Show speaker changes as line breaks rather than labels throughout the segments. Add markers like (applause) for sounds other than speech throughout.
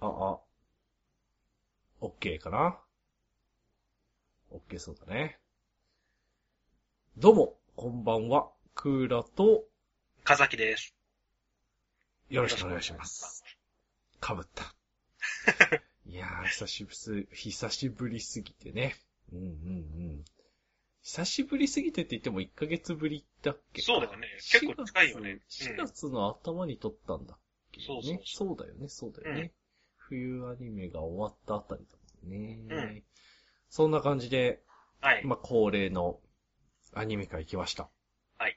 あ、あ、
OK かな ?OK そうだね。どうも、こんばんは。クーラと、
風木です。
よろしくお願いします。かぶ (laughs) った。いやー、久しぶり、久しぶりすぎてね。うんうんうん。久しぶりすぎてって言っても1ヶ月ぶりだっけ
そうだよね結構近いよねうん
4月の頭に撮ったんだっけ、ね
そうそう
そうだよね、そうだよね。
うん
冬アニメが終わったあたりだもんね。
うん
そんな感じで、
はい。
まあ、恒例のアニメ会行きました。
はい。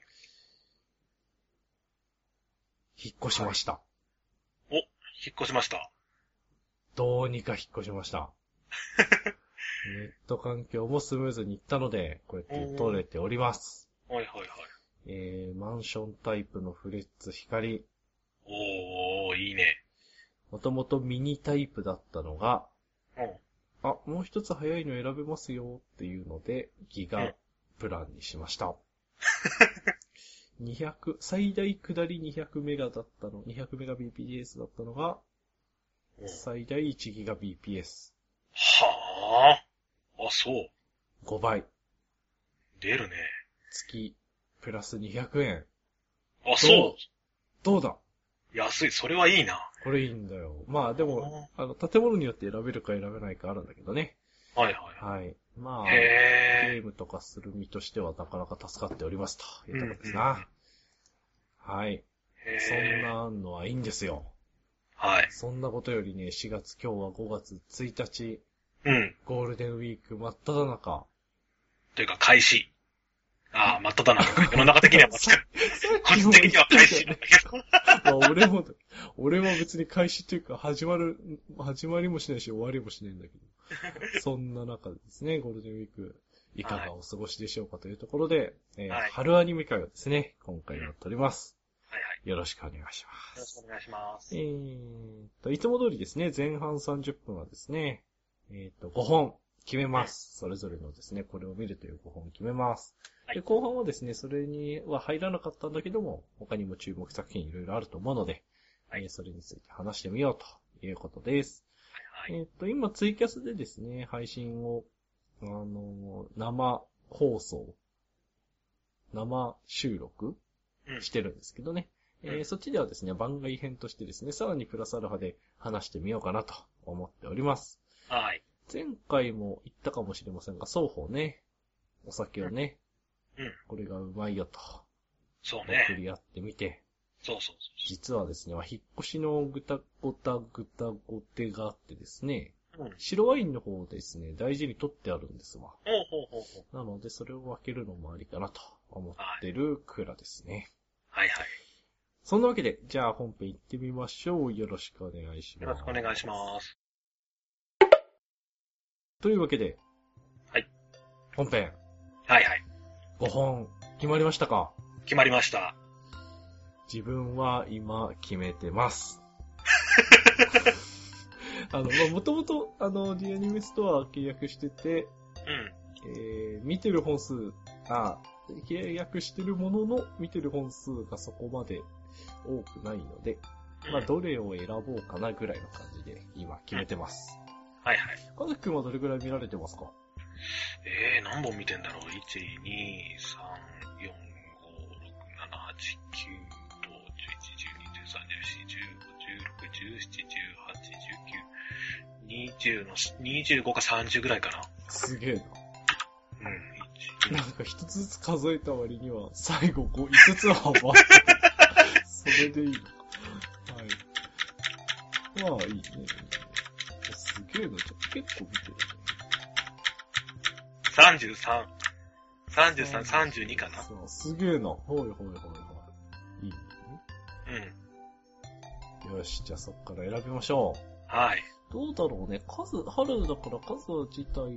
引っ越しました。
引っ越しました。
どうにか引っ越しま
(laughs)
した。ネット環境もスムーズにいったので、こうやって取れております。
はいはいはい。
えー、マンションタイプのフレッツ光。
おー、いいね。
もともとミニタイプだったのが、
うん。
あ、もう一つ早いの選べますよっていうので、ギガプランにしました。200、最大下り200メガだったの、200メガ BPS だったのが、
うん
最大1ギガ BPS。
はー。あ、そう。
5倍。
出るね。
月、プラス200円。
あ、そ
どうだ
う。安い。それはいいな。
これいいんだよ。まあでも、あの、建物によって選べるか選べないかあるんだけどね。
はい
はい。ま
は
あ、
い。
ゲ
へ
ームとかする身としてはなかなか助かっておりますというところですな。はい。
ー。へー
そん。なのはいいんですよ。
はい。
そんなことよりね、4月、今日は5月1日、
うん。
ゴールデンウィーク真っ只中。
というか、開始。あー、真っ只中か。世の中的には真っ只
(laughs)
中。個人的には開始なんだけど。
まあ俺も、俺は別に開始というか、始まる、始まりもしないし、終わりもしないんだけど。そんな中でですね、ゴールデンウィーク、いかがお過ごしでしょうかというところで、えー
はい
春アニメ会をですね、今回やっております。
はいはい。
よろしくお願いし
よ
ま
ろし
す
く。お願いします。
えーと、いつも通りですね、前半30分はですね、えーと、5本決めます。それぞれのですね、これを見るという5本決めます。
はい
で、後半はですね、それには入らなかったんだけども、他にも注目作品いろいろあると思うので、
はい
えーそれについて話してみようということです。
はい。
えっと、今ツイキャスでですね、配信を、あのー生放送、生収録
うん
してるんですけどね。えー
うん
そっちではですね、番外編としてですね、さらにプラスアルファで話してみようかなと思っております。
はい。
前回も言ったかもしれませんが、双方ね、お酒をね、
うんうん
これがうまいよと、
そう
(laughs) 送
ね。
り合ってみて、
そうそうそ
実はですね、引っ越しのぐたごたぐたごてがあってですね、
う。うん。
白ワインの方をですね、大事に取ってあるんですわ。
ほうほうほうほう。
なので、それを分けるのもありかなと思ってる蔵ですね。
はいはい。
そんなわけで、じゃあ本編行ってみましょう。よろしくお願いします。
よろしくお願いします。
というわけで、
はい。
本編、
はいはい。
5本、決まりましたか
決まりました。
自分は今、決めて
(laughs)
ます。あの、まあ、もともと、あの、ディアニメストア契約してて、
うん。
えー、見てる本数、あ、契約してるものの、見てる本数がそこまで多くないので、まあ、どれを選ぼうかなぐらいの感じで、今、決めてます。
はいはい。
かずきくんはどれくらい見られてますか
えー、何本見てんだろう ?1、2、3、4、5、6、7、8、9、10、11、12、13、14、15、16、17、18、19、20の、25か30ぐらいかな。
すげえ
うん。
な。
1
なんか一つずつ数えた割には、最後こう5つ (laughs) は余った。それでいいのか。はい。まあいいね。すげえな。ちょっと結構見てるね。
33。33、32かな。
そう、すげえな。ほいほいほいほい。いいね。
うん。
よし、じゃあそっから選びましょう。
はい。
どうだろうね。数、春だから数自体は多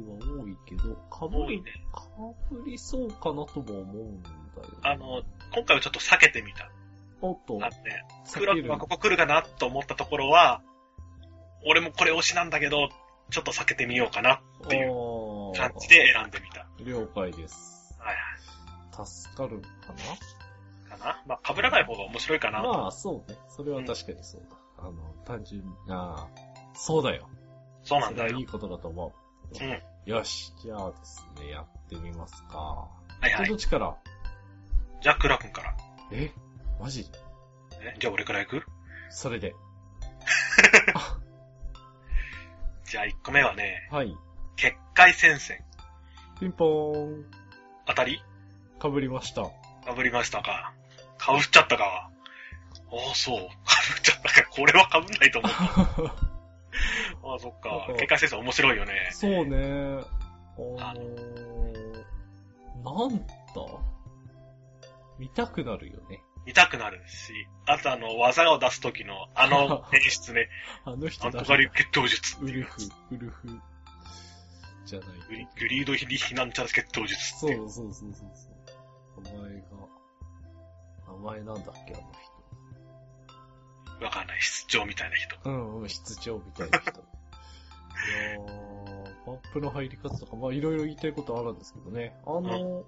いけど、かぶ
多
り、
いね。
かぶりそうかなとも思うんだよ、ね。
あの、今回はちょっと避けてみた。
おっと、
あのね、
避
クラ
け
ック
る
はここ来るかなと思ったところは、俺もこれ推しなんだけど、ちょっと避けてみようかなっていう
う
感じで選んでみた。
了解です。
はい
助かるか
はい。かなまあ、被らない方が面白いか
な
な。
まあ、そうね。それは確かにそうだ。あの、単純な、そうだよ。
そうなんだ
それ
よ
い。いことだと思。
うん。はいう
よし、じゃあですね、やってみますか。
は
ど
い
っ。ちから
じゃあ、クラ君から。
えマジ
えじゃあ、俺から行く
それで。あ
じゃあ、1個目はね、
はい。
結界戦線。
ピンポーン。
あたり
かぶりました。
かぶりましたか。かぶっちゃったか。ああ、そう。かぶっちゃったか。これはかぶんない
(laughs)
と思う。ああ、そっか
そう。
結界戦線面白いよね。
そうね。あ
あ
のー、なんだ見たくなるよね。
見たくなるし、あとあの、技を出す時の、
(laughs)
あの演出ね。
あの人
なん
だ
とか流決闘術って
ウ
い
ル
うや
フ
つ。、
ウルフ。じゃない
グリグリードヒリヒなんちゃら決闘術って
そ
いうう。
そうそうそうそう。名前が、名前なんだっけ、あの人。
わかんない。室長みたいな人。
うんうん、室長みたいな (laughs) 人。いやー、マップの入り方とか、まあいろいろ言いたいことあるんですけどね。あのー、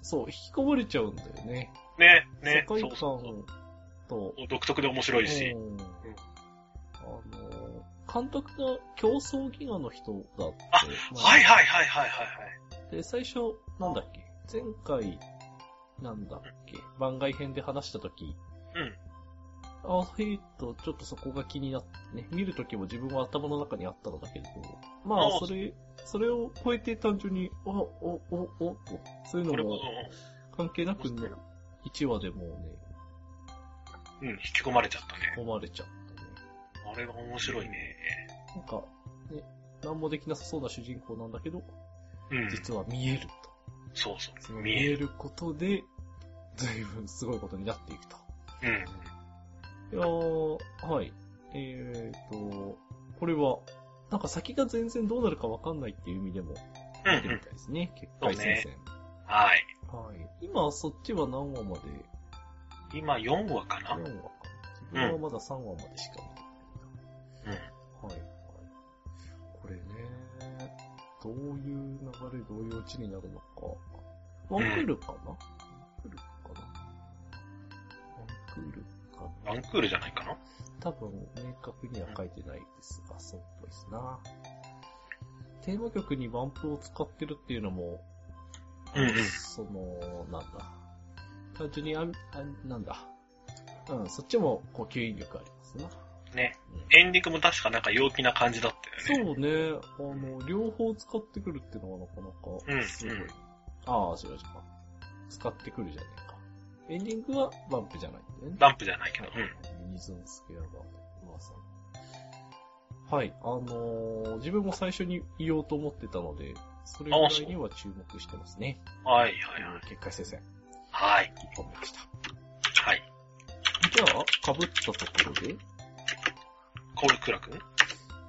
そう、引きこぼれちゃうんだよね。
ね、ね。
世界観
そうそう
と、
そう独特で面白いし。
うんあのー、監督が競争ギガの人だって。まあ
はいはいはいはいはいはい。
で、最初、なんだっけ前回、なんだっけ番外編で話した時
うん。
あ、フェイト、ちょっとそこが気になってね、見るときも自分は頭の中にあったのだけれど、まあ
あ、
それ、それを超えて単純に、あ、お、お、お、と、そういう
これ
の
も
も、関係なくね、1話でもうね、
うん、引き込まれちゃったね。
込まれちゃったね。
あれは面白いね。
なんか、ね、なんもできなさそうな主人公なんだけど、
うん。
実は見えると。
そうそ。
そうの
見
見
え
え
る。
ることで、随分すごいことになっていくと。
うん。
いやー、はい。えーと、これは、なんか先が全然どうなるかわかんないっていう意味でも、
うん
見てみたいですね。結界戦線。
はい。
はい。今、そっちは何話まで
今4話か
?4
な
話か。自分はまだ3話までしか見て
うん。
ない。はい。はい。これね、どういう流れ、どういうオチになるのか。ワンクールかな、ワンクールかなワンクールかな
ワンクールじゃないかな
多分明確には書いてないですが、そうっぽいですな。テーマ曲にバンプを使ってるっていうのも、
うんうん
その、なんだ。単純にあん、あなんだ。うん、そっちも呼吸引力ありますな。
ね。
うん
エンディングも確かなんか陽気な感じだったよね。
そうね、あの、両方使ってくるっていうのはなかな
うん
か、すごい。
うん
ああ、そうですか。使ってくるじゃねえか。エンディングはバンプじゃないんだよね。
ダンプじゃないけど。うん。
ユニゾンスクエアバード、噂の。はい、あのー自分も最初に言おうと思ってたので、それぐらいには注目してますね。
はいはいはい。
結界戦線、
はい。
1本目でした。
はい。
じゃあ、被ったところで、
コールクラ君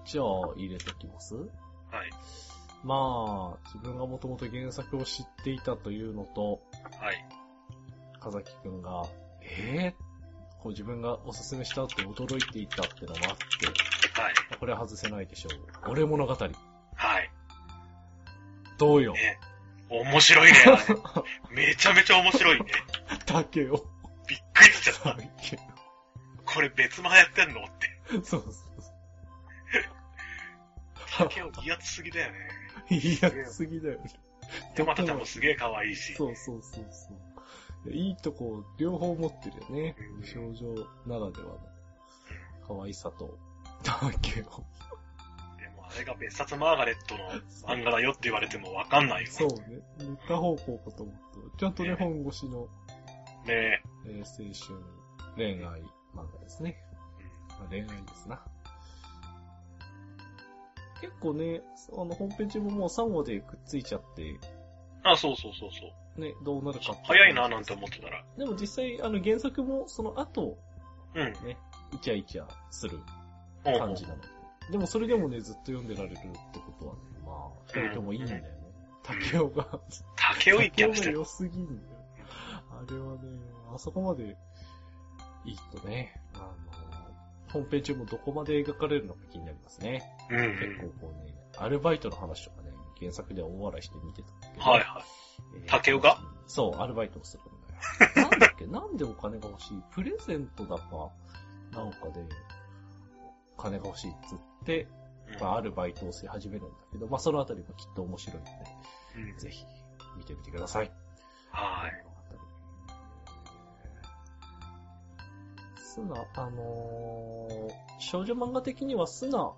じゃあ、入れときます
はい。
まあ、自分がもともと原作を知っていたというのと、
はい。
風木くんが、えー、こう自分がおすすめしたって驚いていたってのもあって、
はい。
これは外せないでしょう。俺物語。
はい。
どうよ。
ね。面白い
(laughs)
ね。あれめちゃめちゃ面白いね。
だけよ。
びっくりしちゃった。
だけ
これ別間やってんのって。
そうそうそう。
竹を威圧すぎだよね。
いや、すぎだよね。
で、またちゃんもすげえ可愛いし。
そうそうそうそう。いやいいとこ、両方持ってるよね。無症状ならではの。可愛さと、だけよ。
でもあれが別冊マーガレットの漫画だよって言われてもわかんないよ。
そうね。塗った方向かと思った。ちゃんとね、
ね
本越しの、
ね
えー青春、恋愛漫画ですね。まあ、恋愛ですな。結構ね、あの、ホームページももう3話でくっついちゃって、
あ、そうそうそうそう。
ね、どうなるかって
早いななんて思ってたら。
でも実際、あの、原作もその後、
うん。
ね、イチャイチャする
おう
感じなので。でもそれでもね、ずっと読んでられるってことはね、まあ、二人ともいいんだよね。竹雄が、
竹を
竹
一気
雄
にし
が
てる。
良すぎんだよ。あれはね、あそこまで、いいとね、あの、ホームページもどこまで描かれるのか気になりますね。
うんう
結
ん。
構こうね、アルバイトの話とかね、原作では大笑いして見てたんだけど。
はいはい。
えー
竹雄が
そう、アルバイトをするん
(laughs)
だよ。なんだっけなんでお金が欲しいプレゼントだか、なんかで、金が欲しいっつって、
うん
まあ、あるバイトをし始めるんだけど、まあ、そのあたりもきっと面白いので、
うん
ぜひ見てみてください。
はい。
スナ、あのー少女漫画的にはスナ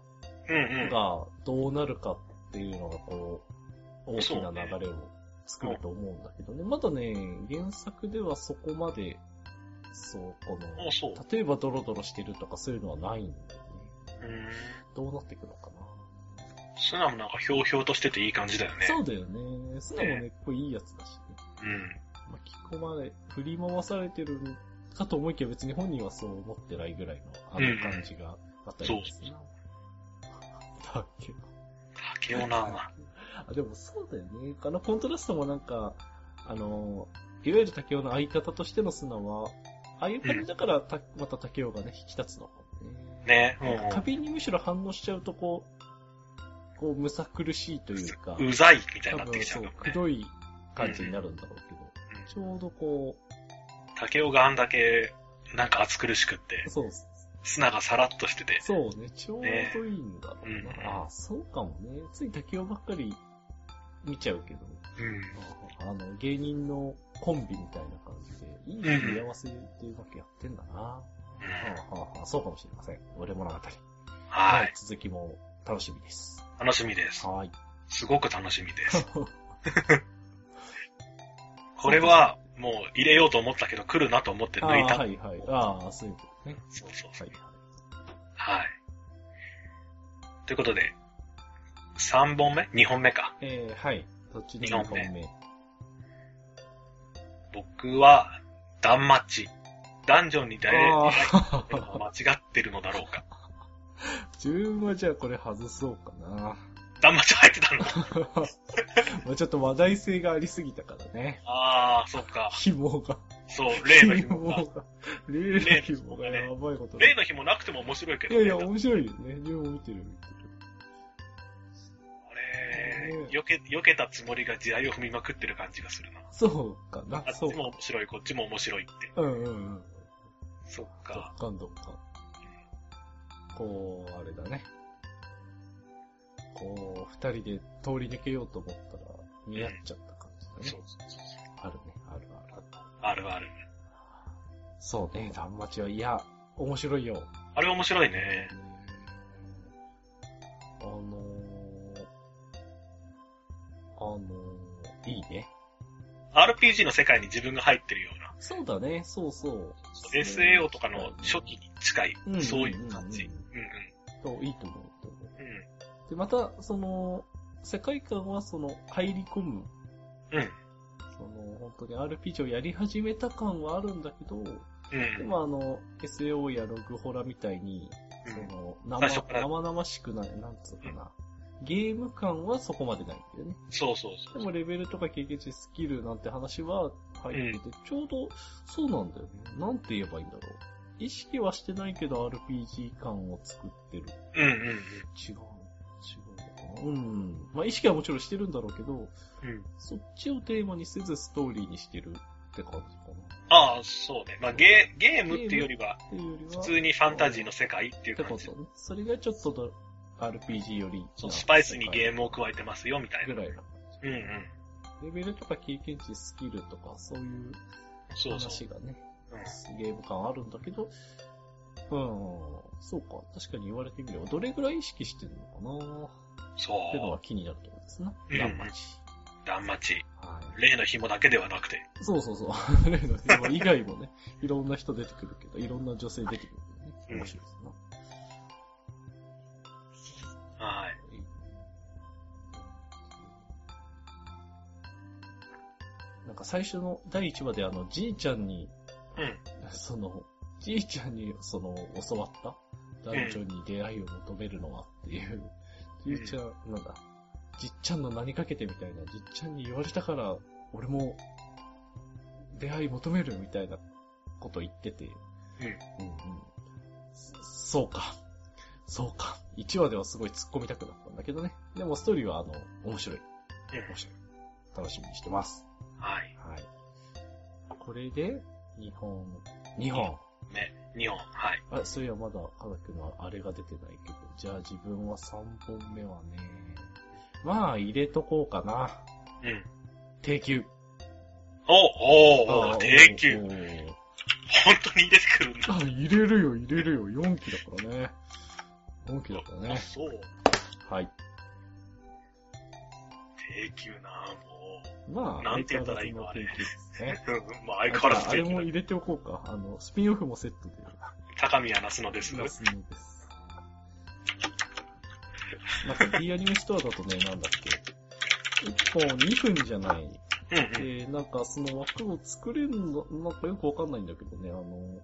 うんうん。
がどうなるかっていうのが、こう、大きな流れを作ると思うんだけどね。まだね、原作ではそこまで、そう、こ
あ、そう。
の、例えばドロドロしてるとかそういうのはないんだよね。
うん。
どうなっていくのかな。
素直なんかひょうひょうとしてていい感じだよね。
そうだよね。素直もね、これいいやつだしね。
うん。
巻き込まれ、振り回されてるかと思いきや別に本人はそう思ってないぐらいのあの感じがあったりでするな。だっけ
竹雄な。
あ、でもそうだよね。あのコントラストもなんか、あの、いわゆる竹雄の相方としての砂は、ああいう感じだからた、また竹雄がね、引き立つのかもね。
ね。も
なんか
う
花瓶にむしろ反応しちゃうとこう、こう、むさ苦しいというか、
ん、うざいみた
多
いになって
分
きちゃ
そうう
か、も
く
ね。
どい感じになるんだろうけど、
うん
ちょうどこう、
竹雄があんだけ、なんか暑苦しくって、
そう、
砂がさらっとしてて。
そうね、ちょうどいいんだろうな。
ねうん
ああ、そうかもね。つい竹雄ばっかり見ちゃうけど、
うん。
あの、芸人のコンビみたいな感じで、いい組み合わせでうまくやってんだな。はあはあはあ、そうかもしれません。俺物語。
は
はい
い。
続きも楽しみです。
楽しみです。 (laughs)
はい。
すごく楽しみです。これは、もう入れようと思ったけど来るなと思って
あ
抜い
あ、
た。
はいはい。ああ、そういうことね。
そうそう
はいはい。
はい。ということで、3本目 ?2 本目か。
えー、はい。どっちで
二本目
目。
僕は、ダンマッチ。ダンジョンに誰
あ
が
あ、
間違ってるのだろうか。
(laughs) 自分はじゃあこれ外そうかな。 (laughs)
ダンマッチ入ってたの
まあちょっと話題性がありすぎたからね。
ああ、そっか。
紐が。
そう、例の紐
が (laughs)
が。。
例の紐が
例の紐がね
やばいことに
例の紐なくても面白いけ
い
ど、
や
ね。
いや、面白いよね。両方見てる見て
あれ、避け、避けたつもりが地雷を踏みまくってる感じがするな。
る。そうかな
あ。っち
そう
も面白い、こっちも面白いって。
うんうんうん。
そっ
ど
か。
っかんどっかん。こう、あれだね。こう、二人で通り抜けようと思ったら、見合っちゃった感じ
そ
だ
う
ね。あるね、あるある。
あるある。
そうね、ダンマチは、いや、面白いよ。
あれ面白いね。
あのー、あのー、いいね。
RPG の世界に自分が入ってるような、
そうだね、そうそう。
SAO とかの初期に近い、
うん
そういう感じ。
う
うんん
そういいと思う。いいと思
うん。うん
うで、また、その、世界観はその、入り込む、
うん。
その、本当に RPG をやり始めた感はあるんだけど、
うん。
でもあの、SAO やログホラみたいに、
う
そ
ん
の、
最
生
初から
生々しくない、なんつうかな。ゲーム感はそこまでないんだよね。
そうそうそ
で
う。
もレベルとか経験値、スキルなんて話は入ってて、ちょうどそうなんだよね。なんて言えばいいんだろう。意識はしてないけど RPG 感を作ってる。
うんうん
違う、違うのかな。うん。まあ意識はもちろんしてるんだろうけど、
うん。うん。
そっちをテーマにせずストーリーにしてるって感じかな。
ああ、そうね。まあゲー、ゲームっていうよりは、
っていうよりは。
普通にファンタジーの世界って
っ
いう
て
感
こ
じ
と。ね。それがちょっとど RPG より。
そうスパイスにゲームを加えてますよ、みたい
ぐ
な。
らいな。
うんうん。
レベルとか経験値、スキルとか、そういう
そうそ
話
う。
がね。
うん
ゲーム感あるんだけど、うん、そうか、確かに言われてみれば、どれぐらい意識してるのかなっていうの
そ
は気になるところですな。
うん
ランマチ。
う。ダンマチ。
は
例の紐だけではなくて。
い。そうそうそう。例の紐以外もね、いろんな人出てくるけど、いろんな女性出てくるけどね、面白いですな。
はい。
なんか最初の第1話であの、じいちゃんに、
うん
その、じいちゃんにその、教わった男女に出会いを求めるのはっていう、
うん
じいちゃん、なんだ、じっちゃんの名にかけてみたいな、じっちゃんに言われたから、俺も、出会い求めるみたいなこと言ってて、うんうん。そそうか。そうか。1話ではすごい突っ込みたくなったんだけどね。でもストーリーは、あの、面白い。面白い。楽しみにしてます。
はい。
はい。これで、2本、2本。
ね、2本。はい。
あ、そういや、まだ、はだくんのあれが出てないけど。じゃあ自分は3本目はね。まあ、入れとこうかな。
うん。
定休。
おおお定休。
おー。
本当に出てくるんだ。
あ、入れるよ、入れるよ。4期だからね。4期だから
あ
ね。
そう。
はい。
定休なも
まあ、
なんて言ったらいいの
相変わらずの定休ですね。
う。 (laughs) まあ、相変わらず
あ
定
れ
休
も
だ。
入れておこうか。あの、スピンオフもセットで。
高宮那須野です。
出すのです。なんか D アニメストアだとね、なんだっけ。1本2分じゃない。
うんうん。
で、なんかその枠を作れるの、なんかよくわかんないんだけどね、あの、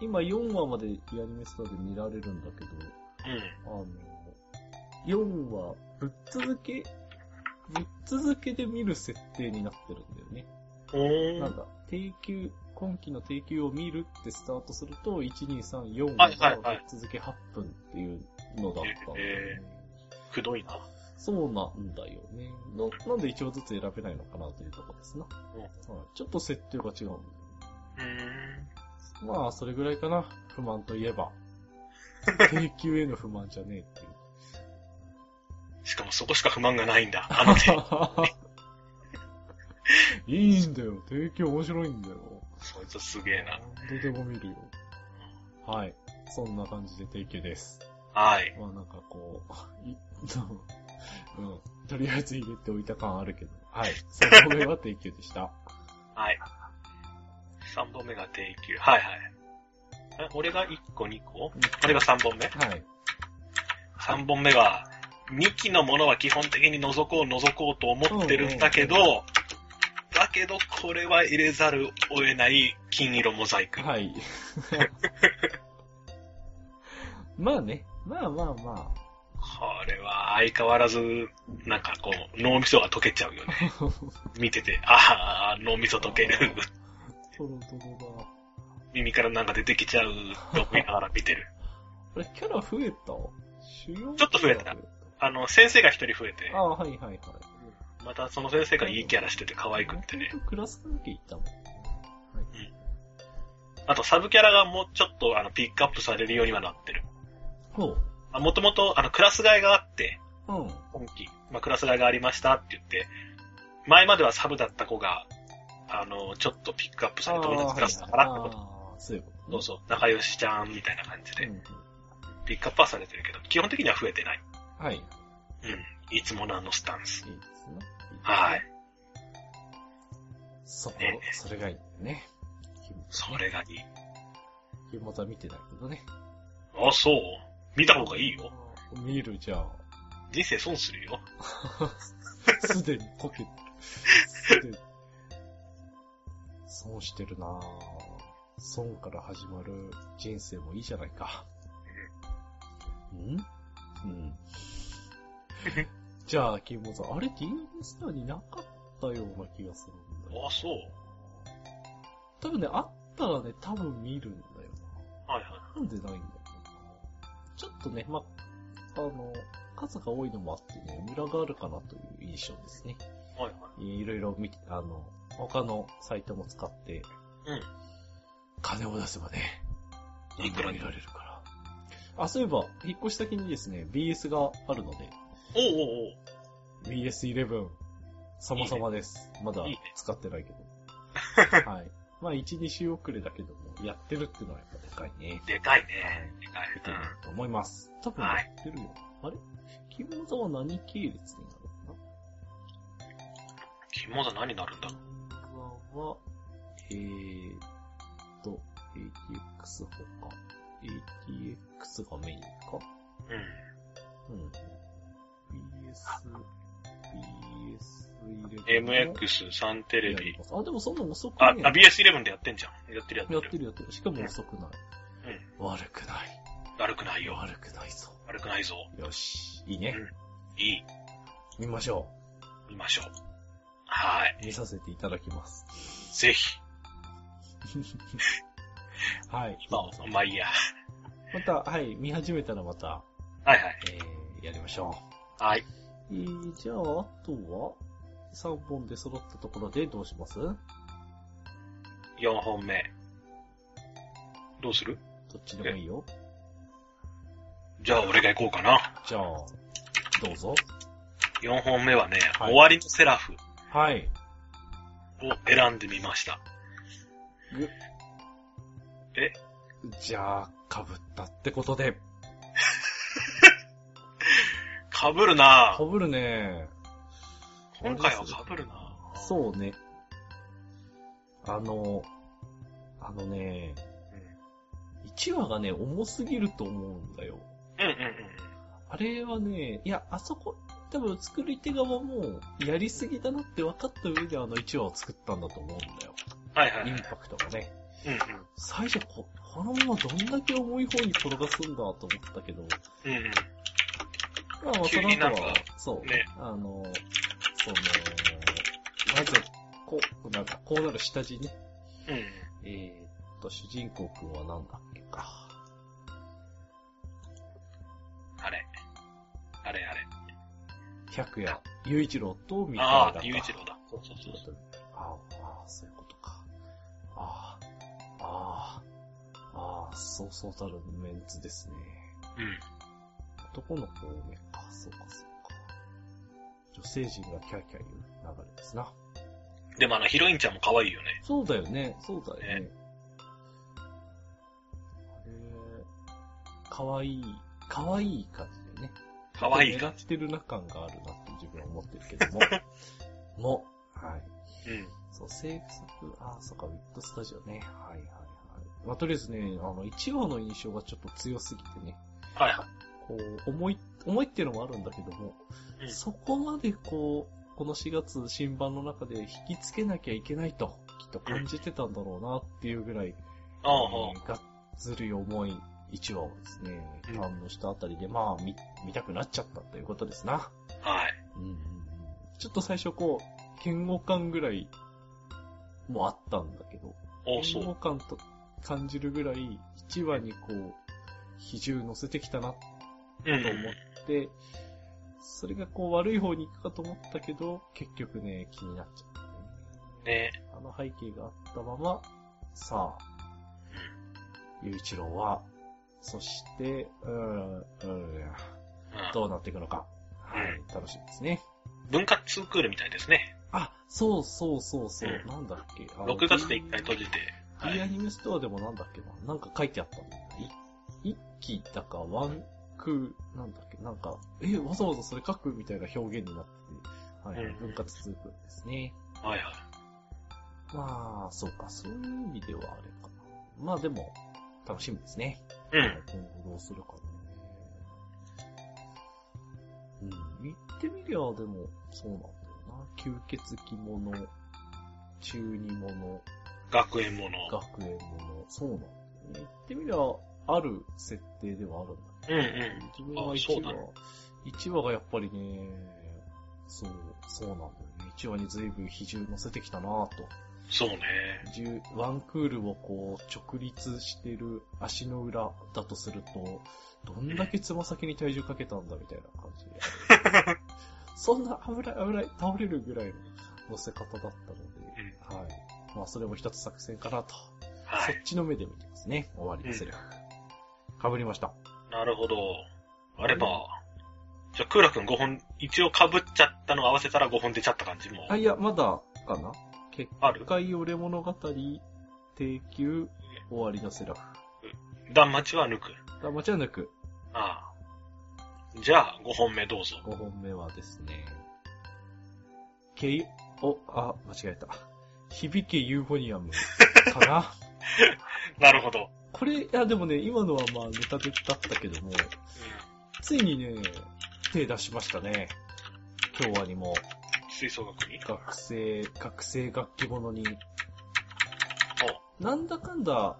今4話まで D アニメストアで見られるんだけど、
うん。
あの、4話ぶっ続け、ぶっ続けで見る設定になってるんだよね。
お
なん
ー。
だ、定休、今期の定休を見るってスタートすると、1、2、3、4
はいは
が
いはい
ぶっ続け8分っていうのだったんだよね。
くどいな。
そうなんだよね。ななんで1話ずつ選べないのかなというところですな。はいちょっと設定が違うんだよね
うーん。
まあ、それぐらいかな。不満といえ
(laughs)
ば。定休への不満じゃねえっていう。
しかもそこしか不満がない
(laughs)
んだ。あの手。
いいんだよ。定休面白いんだよ。
そいつすげえな。
何度でも見るよ。はい。そんな感じで定休です。
はい。
まあなんかこう、いうん、とりあえず入れておいた感あるけど。はい。3本目は定休でした。
はい。3本目が定休。はいはい。え俺が1個2個これが3本目
はい。
?3 本目は、2期のものは基本的に覗こう覗こうと思ってるんだけど
うんう、
だけどこれは入れざるを得ない金色モザイク。
はい。 (laughs) まあね。まあまあま
(laughs) これは相変わらず、なんかこう、脳みそが溶けちゃうよね。
あ。トロ
見てて、ああ、脳みそ溶ける。
トロだ。
耳からなんか出てきちゃうと思いながら見てる。
あれ、キャラ増えた主要
ちょっと増えたあの、先生が一人増えて
あ、あ、はいはいはい。
またその先生がいいキャラしてて可愛くってね
も。ともとクラス関係いたもん。
あとサブキャラがもうちょっとあのピックアップされるようにはなってる。
ほう。
あもともとあのクラス替えがあって、
うん。は
今期、まあ、クラス替えがありましたって言って、前まではサブだった子が、あの、ちょっとピックアップされて同じクラスだからってこと。
あーそういうこと。
どう。ぞ、仲良しちゃんみたいな感じ
う
で、
ん。
ピックアップはされてるけど、基本的には増えてない。
はい。いいで
うん。いつものあのスタンス
す。ね。いいですね
はい。。
そこ
ね、
それがいいんだよね。
それがいい。
ひもた見てないけどね。
あ、そう。見た方がいいよ。。
見るじゃ
(laughs)
あ。
人生損するよ。
すでにこけ、すでに。損してるなぁ。損から始まる人生もいいじゃないか。ん
(laughs)
うん。じゃあ、キーボーさん、あれ DM スターになかったような気がするんだよ。
あ、そう。
多分ね、あったらね、多分見るんだよ
はいは
な。なんでないんだろうな。ちょっとね、ま、あの、数が多いのもあってね、ムラがあるかなという印象ですね。
い。はいはい。
いろいろ見て、あの、他のサイトも使って、
うん
金を出せばね、
いくら
何でも
に
見られるから。あ、そういえば、引っ越し先にですね、BS があるので、
おうおうおう
BS11、様々です。まだ
いいね
使ってないけど。
(laughs)
はい。まあ、1、2週遅れだけども、やってるってのはやっぱでかいね。
でかい
は
ね。でかい。
見てると思います。多分や
はい
ってるよ。あれキムザは何系列になるのかな
キモザ何になるんだろう
は、えーっと、ATX ほか。ATX がメインか
うん。
うん。BS、BS11。
MX3 テレビ。。
あ、でもそんな遅く
あ、
な
あ
い。
BS11 でやってんじゃん。やってるやって
や
る。
ってるやってる。しかも遅くない。悪くない。
悪くないよ。
悪くないぞ。
悪くないぞ。
よし。いいね。
いい。
見ましょ
見ましょう。はい。
う。見させていただきます。
ぜひ。
はい。
まあ、まあいいや。
また、はい、見始めたらまた、
はいはい。
えー、やりましょう。
はい。
えー、じゃあ、あとは、3本で揃ったところでどうします
4本目。どうする
どっちでもいいよ。
じゃあ俺が行こうかな。
じゃあ、どうぞ。
4本目はね、
はい
終わりのセラフ
はい。
を選んでみました。
じゃあ、かぶったってことで。
被るな
かぶるね。
今回は被るな
そうね。あの、あのね、1話がね、重すぎると思うんだよ。
うんうんうん
あれはね、いや、あそこ、多分作り手側も、やりすぎだなって分かった上であの1話を作ったんだと思うんだよ。
うん。はいはい。
イン
うんうん。
パクトがね。最初こ、このままどんだけ重い方に転がすんだと思ったけど、
うんうん。
まあまあ、
急
その
になんか
後は、そう、
ね
あの、その、まず、こう、なんか、こうなる下地ね。
う
え
ん。
ーっと、主人公くんはなんだっけか。
あれ。あれあれ。
百夜、雄一郎と三河だ
ああ、
か。
ゆういちろうだ。そうそうそう。
ああ、そういうことか。ああ、ああ、ああ、そうそうたるメンツですね。
うん。
男の子多めか、そうかそうか。女性陣がキャーキャー言う流れですな。
でもあの、ヒロインちゃんも可愛いよね。
そうだよね、そうだよね
ね。
あれ、かわいい、かわいい感じだよね。
可愛い
狙
か。
ってるな感があるなって自分は思ってるけ (laughs) ども。も、はい。
うん。
そう、制作、あ、そうか、ウィットスタジオね。はいはいはい。まあ、とりあえずね、あの、1話の印象がちょっと強すぎてね、
はいは
こう、重い、重いっていうのもあるんだけども、
うん
そこまでこう、この4月新版の中で引きつけなきゃいけないと、きっと感じてたんだろうなっていうぐらい、
い。ああ、
がっつり重い1話をですね、
うん
堪能したあたりで、まあ、見、見たくなっちゃったということですな。
はい。
ちょっと最初こう、嫌悪感ぐらいもあったんだけど、
おうそう。
嫌悪感と感じるぐらい、1話にこう、比重乗せてきたなっ
うん
と思て、それがこう悪い方に行くかと思ったけど、結局ね、気になっちゃったね。
ね。
あの背景があったまま、さあ、雄一郎は、そして、うん、うん、
うん
どうなっていくのか。はい、楽しみですね。
文化ツークールみたいですね。
あ、そうそうそうそう、
うん
なんだっけ。あの
6月で一回閉じて。は
D ア
い。
ニメストアでもなんだっけな、なんか書いてあったんだよね。い一期だかワンクー、なんだっけ、なんか、え、わざわざそれ書くみたいな表現になってて、はい、
うん
分割続くんですね。
はいはい。
まあ、そうか、そういう意味ではあれかな。まあでも、楽しみですね。
う
はい
ん。
今後どうするかね。うん、言ってみりゃ、でも、そうなんだよな。吸血鬼者、中二者、
学園もの。
学園もの。そうなんだよね。言ってみりゃ、ある設定ではあるんだ
うんう
けど
ん。、
自分は
あそう
1
だ
話
ね、
一話がやっぱりね、そう、そうなんだよね。1話に随分比重乗せてきたなぁと。
そうね。
十ワンクールをこう、直立してる足の裏だとすると、どんだけつま先に体重かけたんだみたいな感じで。
(laughs)
そんな危ない危ない倒れるぐらいの乗せ方だったので、
うん。
はい。まあそれも一つ作戦かなと。
は
そ
い。
っちの目で見てますね。終わりのセリフ。被りました。
なるほど。あれば、じゃあ、クーラ君5本、一応被っちゃったの合わせたら5本出ちゃった感じも。
あ、いや、まだかな結
ある
界俺物語、定休、終わりのセリフ。
断末は抜く。
あ、間違いなく、
ああ。じゃあ、5本目どうぞ。
5本目はですね、けい、お、あ、間違えた。響けユーフォニアムかな
なるほど。
これ、いやでもね、今のはまあネタでだったけども、ついにね、手出しましたね。今日はにも、
うん。吹奏楽に
学生、学生楽器ものに、
お
なんだかんだ、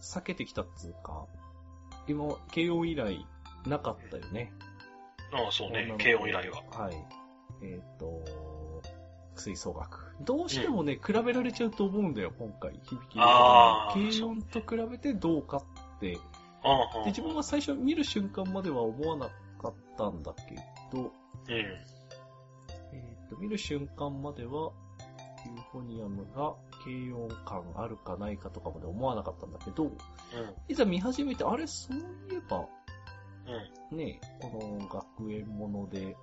避けてきたっつうか、今、慶応以来、なかったよね。
ああ、そう
女
ね
の。子
軽音依頼は。。
はい。えっ、と、吹奏楽。どうしてもね、比べられちゃうと思うんだよ、今回。響き
あー
軽音と比べてどうかって。で、
ああ、ああ
自分は最初見る瞬間までは思わなかったんだけど、
うん。
えっ、と、見る瞬間までは、ユーフォニアムが軽音感あるかないかとかまで思わなかったんだけど、
う
いざ見始めて、あれ、そういえば、
ん。うん。
ね、この学園もので、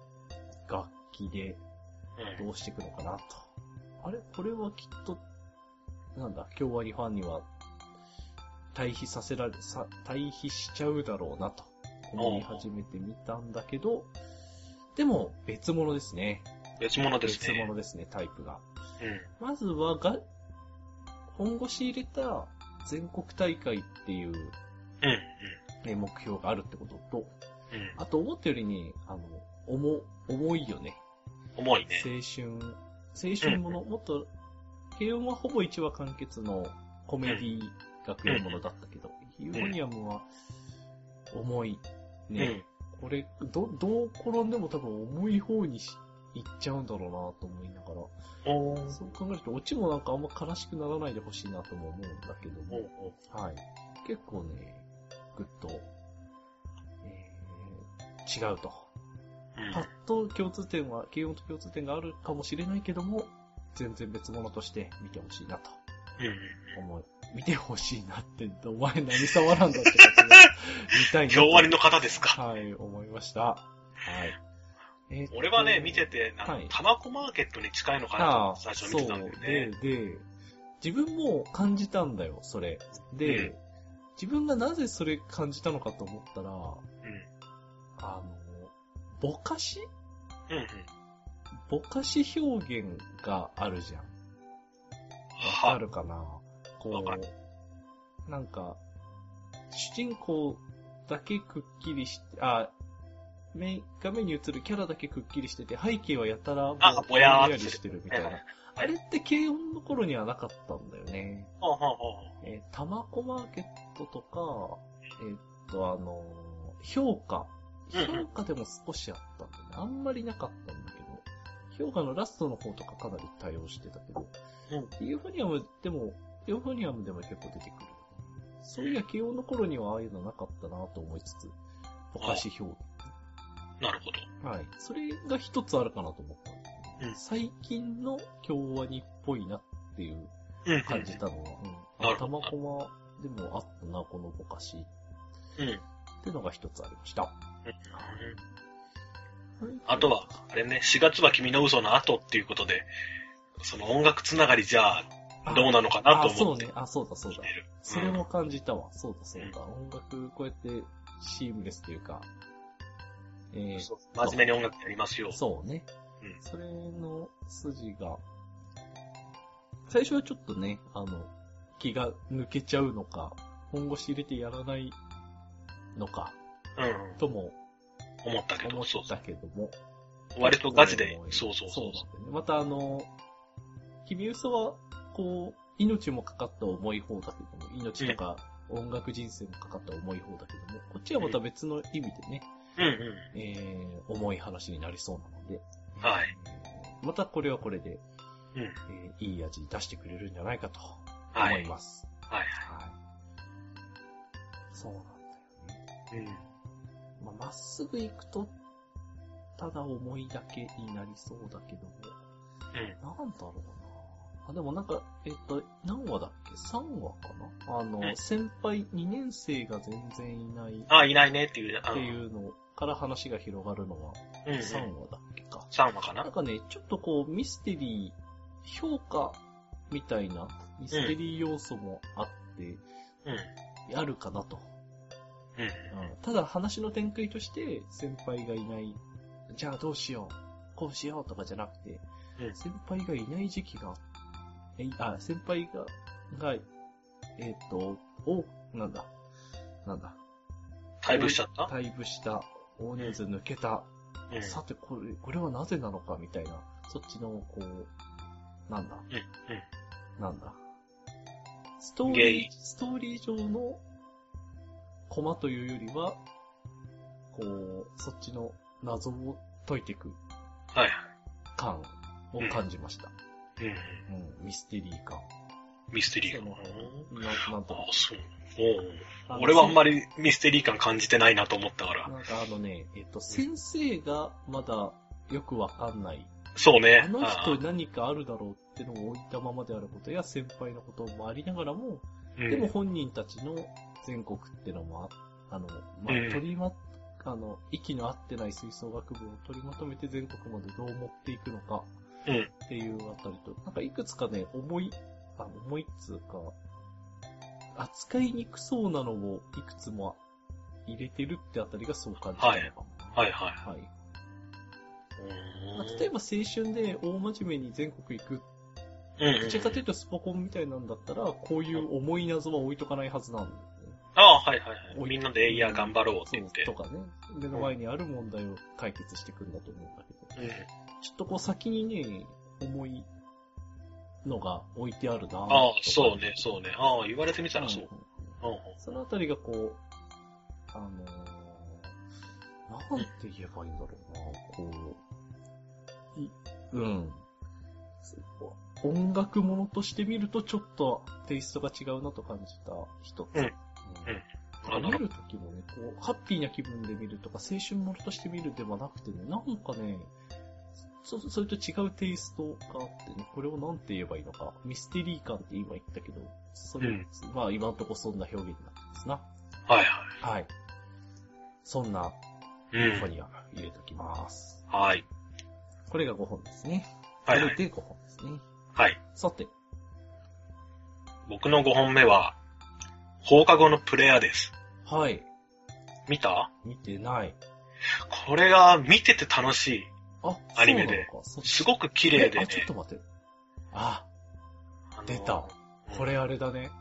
楽器で、
うん。
どうしていくのかなと。あれこれはきっと、なんだ、今日はリファンには、対比させられ、さ、対比しちゃうだろうなと、思い始めてみたんだけど、でも、別物ですね。
別物です
別
ね。
物ですね、タイプが。
うん。
まずはが、本腰入れた全国大会っていう、
うん。うん。
ね、目標があるってことと、
うん。
あと思ったよりに、あの、重、重いよね。
重いね。
青春、青春もの、もっと、慶応はほぼ1話完結のコメディ学園ものだったけど、ユーフォニアムは重い。
うん。
ね、これ、ど、どう転んでも多分重い方にし、いっちゃうんだろうなと思いながら、
おー
そう考えると、オチもなんかあんま悲しくならないでほしいなとも思うんだけど
お
も、
ーお
はい。結構ね、ぐっと、えー、違うと。
ーうん
パッと共通点は、軽音と共通点があるかもしれないけども、全然別物として見てほしいなと
うんうん
思う。見てほしいなって、お前何様なんだって感じで、見たいなと。
うん。今日割の方ですか。
はい、思いました。はい。えーっと
俺はね、見てて、な
は
ん
い
か、タマコマーケットに近いのかなと思
あ
っ
あ、
て最初見てたんだよね。
そうで、で、自分も感じたんだよ、それ。で、
う
自分がなぜそれ感じたのかと思ったら、あの、ぼかし
うん。うんうん。
ぼかし表現があるじゃん。わか
は、
るかな
わ
こ
かる
う、なんか、主人公だけくっきりして、あ、め画面に映るキャラだけくっきりしてて、背景はやたら
あぼやーっと
りしてるみたい
はいは
な。あれって軽音の頃にはなかったんだよね。
ほうほうほ
えー、タマコマーケットとか、えーっと、あのー評価。
うんうん
評価でも少しあったんだよね。あんまりなかったんだけど、評価のラストの方とかかなり対応してたけど、
う
ユーフォニアムでも、ユーフォニアムでも結構出てくるよね。そういや、慶応の頃にはああいうのなかったなと思いつつ、ぼかし表
う。なるほど。
現。はい。それが一つあるかなと思ったんだけど、
うん
最近の京和にっぽいなっていう
うんうん。
感じたのは、
な
う
る
ん。た
ほ
ま
ど
こまでもあったな、このぼかし。
うん。うん
っていうのが一つありました。
あとは、あれね、4月は君の嘘の後っていうことで、その音楽つながりじゃあ、
あ、
どうなのかなと思
あ、
っ
そうね。あ、そうだそう
て
だ
見て。る。
それも感じたわ。そうだそうだ。音楽、こうやってシームレスというか、
う
え
ん
ー
そう真面目に音楽やりますよ。
そうね。
うん
それの筋が、最初はちょっとね、あの、気が抜けちゃうのか、本腰入れてやらないのか、
うんうん。
とも
思ったけ
思
ど、
っ
そうそ
たけども。
う。割とガチで、そうそうそう
な
そ
んだよねまたあの、君嘘は、こう、命もかかった重い方だけども、命とか音楽人生もかかった重い方だけども、こっちはまた別の意味でね、
う。うんうん。
えー、重い話になりそうなので、
はい
えーまたこれはこれで、
うん
えーいい味出してくれるんじゃないかと
は
思
い。
います。
はい。
はい。そうなんだよね。
うん。
まあまっすぐ行くと、ただ重いだけになりそうだけども、なんだろうなあ、でもなんか、えっと、何話だっけ ?3 話かなあの、
うん
先輩2年生が全然いないっ
あ、いないねっていう、あ
て
の、
い
うん
うのから話が広がるのは
うん。
3話だっけか。
3話か
なん
な
かね、ちょっとこう、ミステリー、評価みたいな、ミステリー要素もあって、
うん。
あるかなと。
うん。
ただ話の展開として、先輩がいない、じゃあどうしよう、こうしようとかじゃなくて、
うん
先輩がいない時期が、えいあ、先輩が、が、えっ、と、お、なんだ、なんだ、
退部しちゃった
退部した、大人数抜けた、
うん。うん。
さてこれ、これはなぜなのかみたいな、そっちの、こう、なんだ、なんだ。ストー
ゲ
リー
イ、
ストーリー上のコマというよりは、こう、そっちの謎を解いていく
はい。
感を感じました。
うん。
うん、ミステリー感。
ミステリー
そ
感
の。ななんと
あ
か、
そう。おう俺はあんまりミステリー感感じてないなと思ったから。
なんかあのね、えっと、先生がまだよくわかんない。
そうね。 (laughs)
あの人何かあるだろうってのを置いたままであることや、先輩のこともありながらも、
うん
でも本人たちの全国ってのもあ、あの、ま
ええ、
取りま、あの、息の合ってない吹奏楽部を取りまとめて全国までどう持っていくのか
うん。
っていうあたりと、なんかいくつかね、重い、あ、重いっつうか、扱いにくそうなのをいくつも入れてるってあたりがそう感じたのかも。
はいはい。
はい。ま
う
あ
ーん
例えば青春で大真面目に全国行く
うんうん
どちらかというとスポコンみたいなんだったら、こういう重い謎は置いとかないはずなんだよね。
ああ、はいはいはい。みんなで、いや、頑張ろうって言って
そう。とかね。目の前にある問題を解決していくんだと思うんだけど。
うん。
ちょっとこう先にね、重いのが置いてあるなぁ
ああ、そうね、そうね。ああ、言われてみたらそう。
ん
うんうん。
そのあたりがこう、あのー、なんて言えばいいんだろうなこう、い、うん。音楽ものとして見るとちょっとテイストが違うなと感じた一つ。
うん
う
あ
ん
な
見る
る
ときもね、こう、ハッピーな気分で見るとか、青春ものとして見るではなくてね、なんかね、そ、それと違うテイストがあってね、これをなんて言えばいいのか、ミステリー感って今言ったけど、それ、
うん
まあ今んとこそんな表現になってますな。
はい
はい。そんな、
は
フ
い。
ォ
うん。
ニア入れときます。
はい。
これが5本ですね。
はい
こ
は
れ
い。
で5本ですね。
はい。
さて、
僕の5本目は、放課後のプレイヤーです。
はい。
見た
見てない。
これが見てて楽し
あ、
アニメで
そうなのか。そ
い。すごく綺麗で
えあ、。
ね
ちょっと待って。あ、
あの
出た。こ。れあれだね。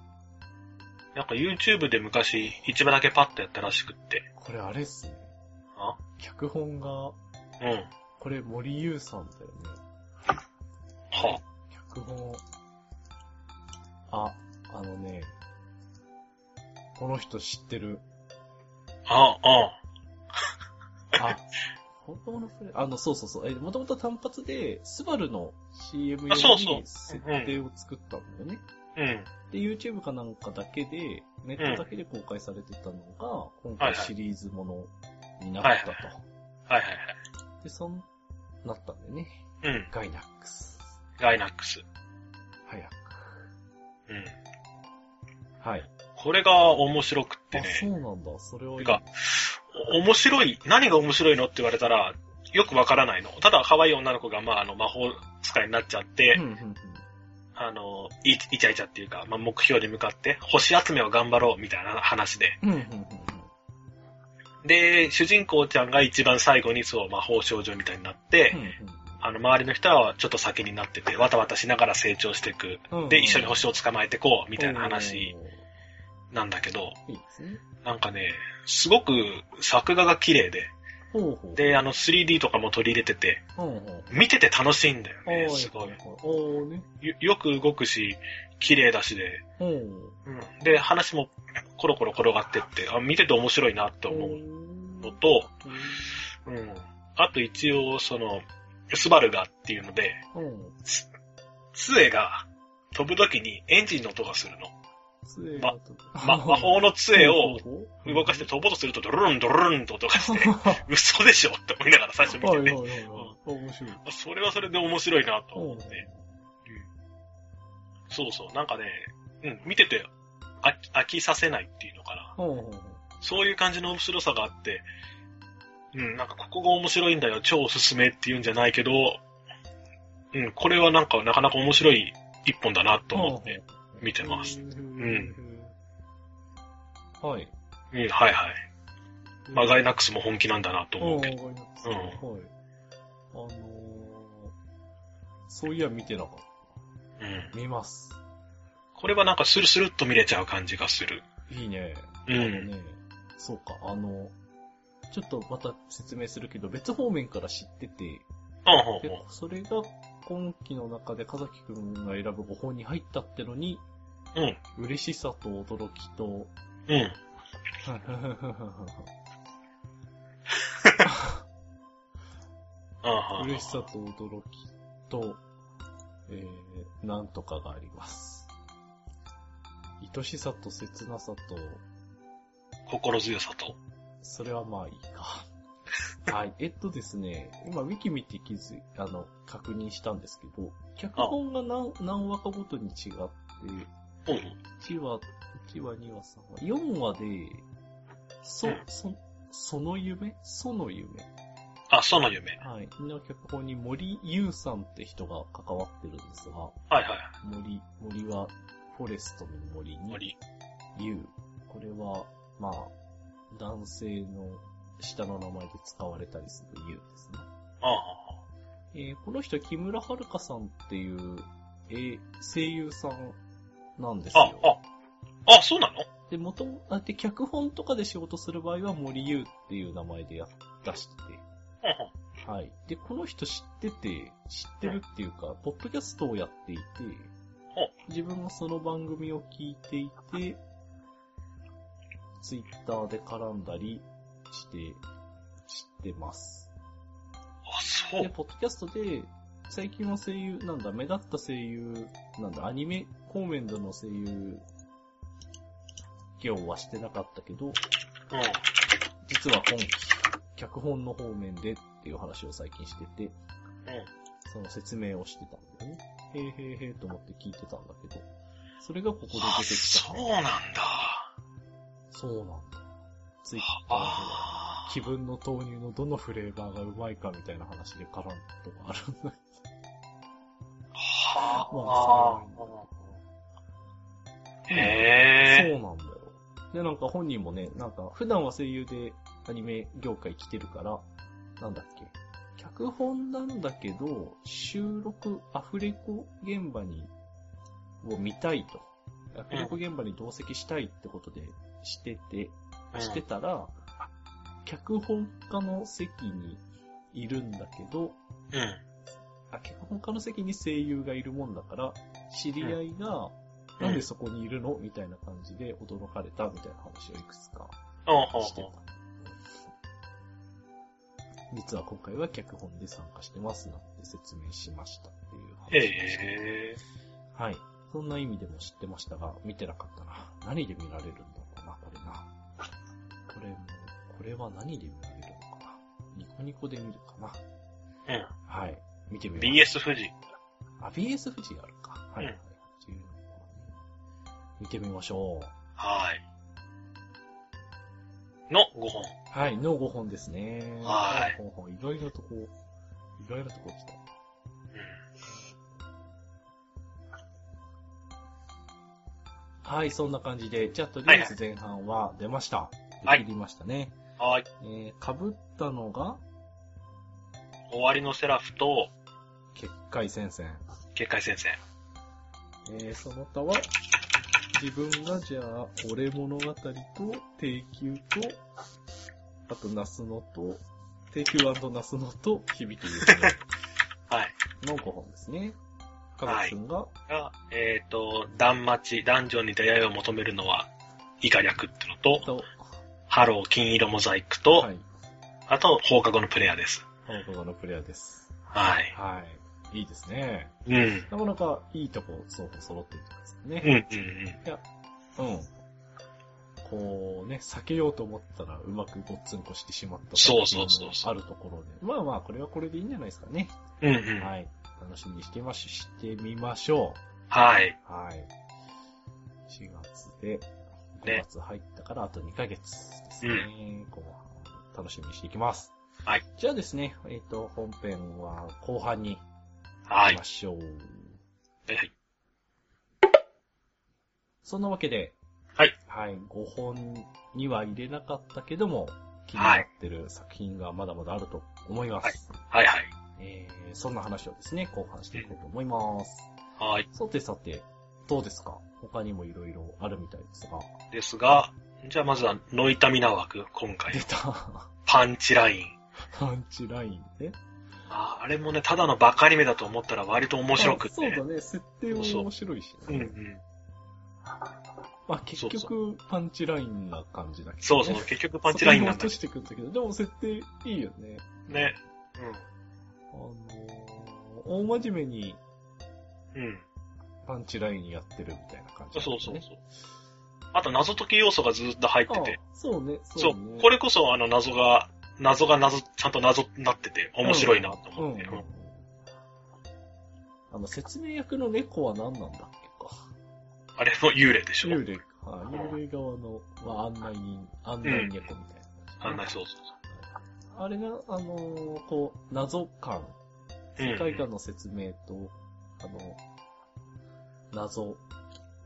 なんか YouTube で昔、一部だけパッとやったらしくって。
これあれっすね。
あ
脚本が、
うん。は
これ森優さんだよね。
あ。
脚本、あ、あのね、この人知ってる。
ああ、 (laughs)
あ、本当のプレイあの、そうそうそう。え、もともと単発で、スバルの CM 用
あそうそう
に設定を作ったんだよね。
うん。
で、YouTube かなんかだけで、ネットだけで公開されてたのが、今
はい
回
はい
シリーズものになったと。
はいはいはいはい。
で、そんなったんだよね。
うん。
ガイナックス。
ガイナックス。
早く。
うん。
はい。
これが面白くって
あ、そ
ね。
うなんだ。それを
てかお面白い、何が面白いのって言われたら、よくわからないの。ただ、可愛い女の子が、まあ、あの、魔法使いになっちゃって、
うんうんうん。
あの、い、イチャイチャっていうか、まあ、目標に向かって、星集めを頑張ろう、みたいな話で。
うんうんうんうん。
で、主人公ちゃんが一番最後に、そう、魔法少女みたいになって、
う
あの、周りの人はちょっと先になってて、わたわたしながら成長していく。
んうん。
で、一緒に星
を、
を捕まえてこう、みたいな話なんだけど、
おー。いいですね。
なんかね、すごく作画が綺麗で、
ほうほう。
で、あの、3D とかも取り入れてて、
ほうほう、
見てて楽しいんだよね、
おー
すごい。。
おーね。
よよく動くし、綺麗だしで、
おー。
うん、で、話もコロコロ転がってって、あ見てて面白いなって思うのと、うん、あと一応、その、スバルがっていうので、
うん。うん。
杖が飛ぶ時にエンジンの音がするの。
杖
ま
がと、
ま、魔法の杖を
を
動かして
て、
飛ぼうとするとドルルンドルルンと音がし
(laughs)
て、
は
嘘でしょって思いながら最初
い
見
はい
て
はい
て、
はい。面白い。
それはそれで面白いなと
お
思っ
う
て、そうそう、なんかね、うん、見てて飽き飽きさせないっていうのかな。
おう
そういう感じの面白さがあって、うん、なんかここが面白いんだよ、超おすすめっていうんじゃないけど、うん、これはなんかなかなか面白い一本だなと思って、。見てます
うん。はい。
うん、はいはい。まあ、ガイナックスも本気なんだなと
お
思
う
うけど。
わかりますはい。あのー、そういや見てなかっ
うん
た。。見ます。
これはなんかスルスルっと見れちゃう感じがする。
いいね。あ
う
の
ん。
ね、そうか、あの、ちょっとまた説明するけど、別方面から知ってて、
ああ、ほう
で
ほう。、
それが今期の中で、風木くんが選ぶ5本に入ったってのに、
うん。
嬉しさと驚き
(laughs)
と、
うん。ああ、はあ
嬉しさと驚きと、えー、なんとかがあります。愛しさと切なさと、
心強さと。
それはまあいい
(laughs)
か。はい。えっとですね、今、ウィキ見て気づい、あの、確認したんですけど、脚本が何何話かごとに違って、
うん。
1話1話、2話、3話。4話で、そ、
うん
そ、その夢その夢。
あ、その夢。
はい。の脚本に森優さんって人が関わってるんですが、
はいはい。
森、森は、フォレストの森に、
森。
優。これは、まあ、男性の下の名前で使われたりする優ですね。
ああ。
えーこの人、木村遥さんっていう、えー声優さんなんです
あ
よ。、
あ、あ、そうなの
で、元々あで、脚本とかで仕事する場合は森優っていう名前でやっ出して
うんうん
て、はい。で、この人知ってて、知ってるっていうか、ポッドキャストをやっていて、自分もその番組を聞いていて、ツイッターで絡んだりして、知ってます。
あ、そ
で、
う。
ポッドキャストで、最近は声優、なんだ、目立った声優、なんだ、アニメコメントの声優業はしてなかったけど、
うん。
実は今期、脚本の方面でっていう話を最近してて、その説明をしてたんだよね。へーへーへーと思って聞いてたんだけど、それがここで
あ、
出てきた
そう
ね。
なんだ。
そうなんだ。ツイッターでは、
ああ。
気分の投入のどのフレーバーがうまいかみたいな話で絡むことがあるんだ
はあ。
けど。
へえ。
そうなんだよ。で、なんか本人もね、なんか普段は声優でアニメ業界来てるから、なんだっけ、脚本なんだけど、収録、アフレコ現場に、を見たいと。アフレコ現場に同席したいってことでしてて、
うん
してたら、脚本家の席にいるんだけど、
うん。
あ、脚本家の席に声優がいるもんだから、知り合いが、
うん
なんでそこにいるのみたいな感じで驚かれたみたいな話をいくつか
ああ、あ
してた。実は今回は脚本で参加してますなんて説明しましたっていう話
へ
でした。
え。
はい。そんな意味でも知ってましたが、見てなかったな。何で見られるんだろうな、これな。これも、これは何で見られるのかな。ニコニコで見るかな。
うん。
はい。見てみます。
BS 富士。
あ、BS 富士あるか。はい。
うん
っていうのかな見てみましょう。
はい。の5本。
はい、の5本ですね。
はい
ほうほう。意外なとこ、意外なとこ来た。
う
はい、そんな感じで、じゃあとりあえず前半は出ました。
はい
できりましたね。
ん。はい。
えー、被ったのが、
終わりのセラフと、
結界戦線。
結界戦線。
えー、その他は、自分がじゃあ、俺物語と、定休と、あと、ナスノと、定休ナスノと、響きゆずる
はい。
の5本ですね。か
は
ず
い
くんが、
が、えっ、と、断末、男女に出会いを求めるのは、以下略ってのと、
と、
ハロー、金色モザイクと、
はい、
あと、放課後のプレイヤーです。
この子がのプレイヤーです。
はい。
はい。いいですね。
うん。うん、
なかなかいいとこ、双方揃ってるとこですね。
うん、うん。
うん。こうね、避けようと思ったらうまくごっつんこしてしまった
そうそうそうそう
あるところで。まあまあ、これはこれでいいんじゃないですかね。
うん、うん。
はい。楽しみにしてまし、してみましょ
はい。
う。はい。4月で、5
ね
月入ったからあと2ヶ月ですね。後半、楽しみにしていきます。
はい。
じゃあですね、えっ、と、本編は後半に
は
行
い
きま。しょう。
はいはい。
そんなわけで、
はい。
はい、5本には入れなかったけども、気になってる作品がまだまだあると思います。
はい、はい。
えー、そんな話をですね、後半していこうと思います。
はい。
さてさて、どうですか他にもいろいろあるみたいですが。
ですが、じゃあまずは、ノイタミナ枠、今回
出。た
パンチライン。
パンチラインね。
あーあれもね、ただのバカアニメだと思ったら割と面白く
あ
て。
そうだね、設定も面白いし、ね。
うん、うん。
まあ結
そう
局、パンチラインな感じだけど、ね。
そうそう、結局パンチラインなん
そこに落と
だ
してくんだけど、でも設定いいよね。
ね。
あのー、大真面目に
うん。うん。
パンチラインやってるみたいな感じ、
そうそうそう。あと、謎解き要素がずっと入ってて。
あそうね、
そ
そううね。
これこそあの謎が、謎が謎、ちゃんと謎になってて、面白いなと思って。
うんうんあの、説明役の猫は何なんだっけか。
あれも幽霊でしょ。
幽霊か。あ幽霊側の、まあ、案内人、案内猫みたいな。
案内、そうそう
あれが、あのーこう、謎感、
そう。うん
世界観の説明と、あの、謎を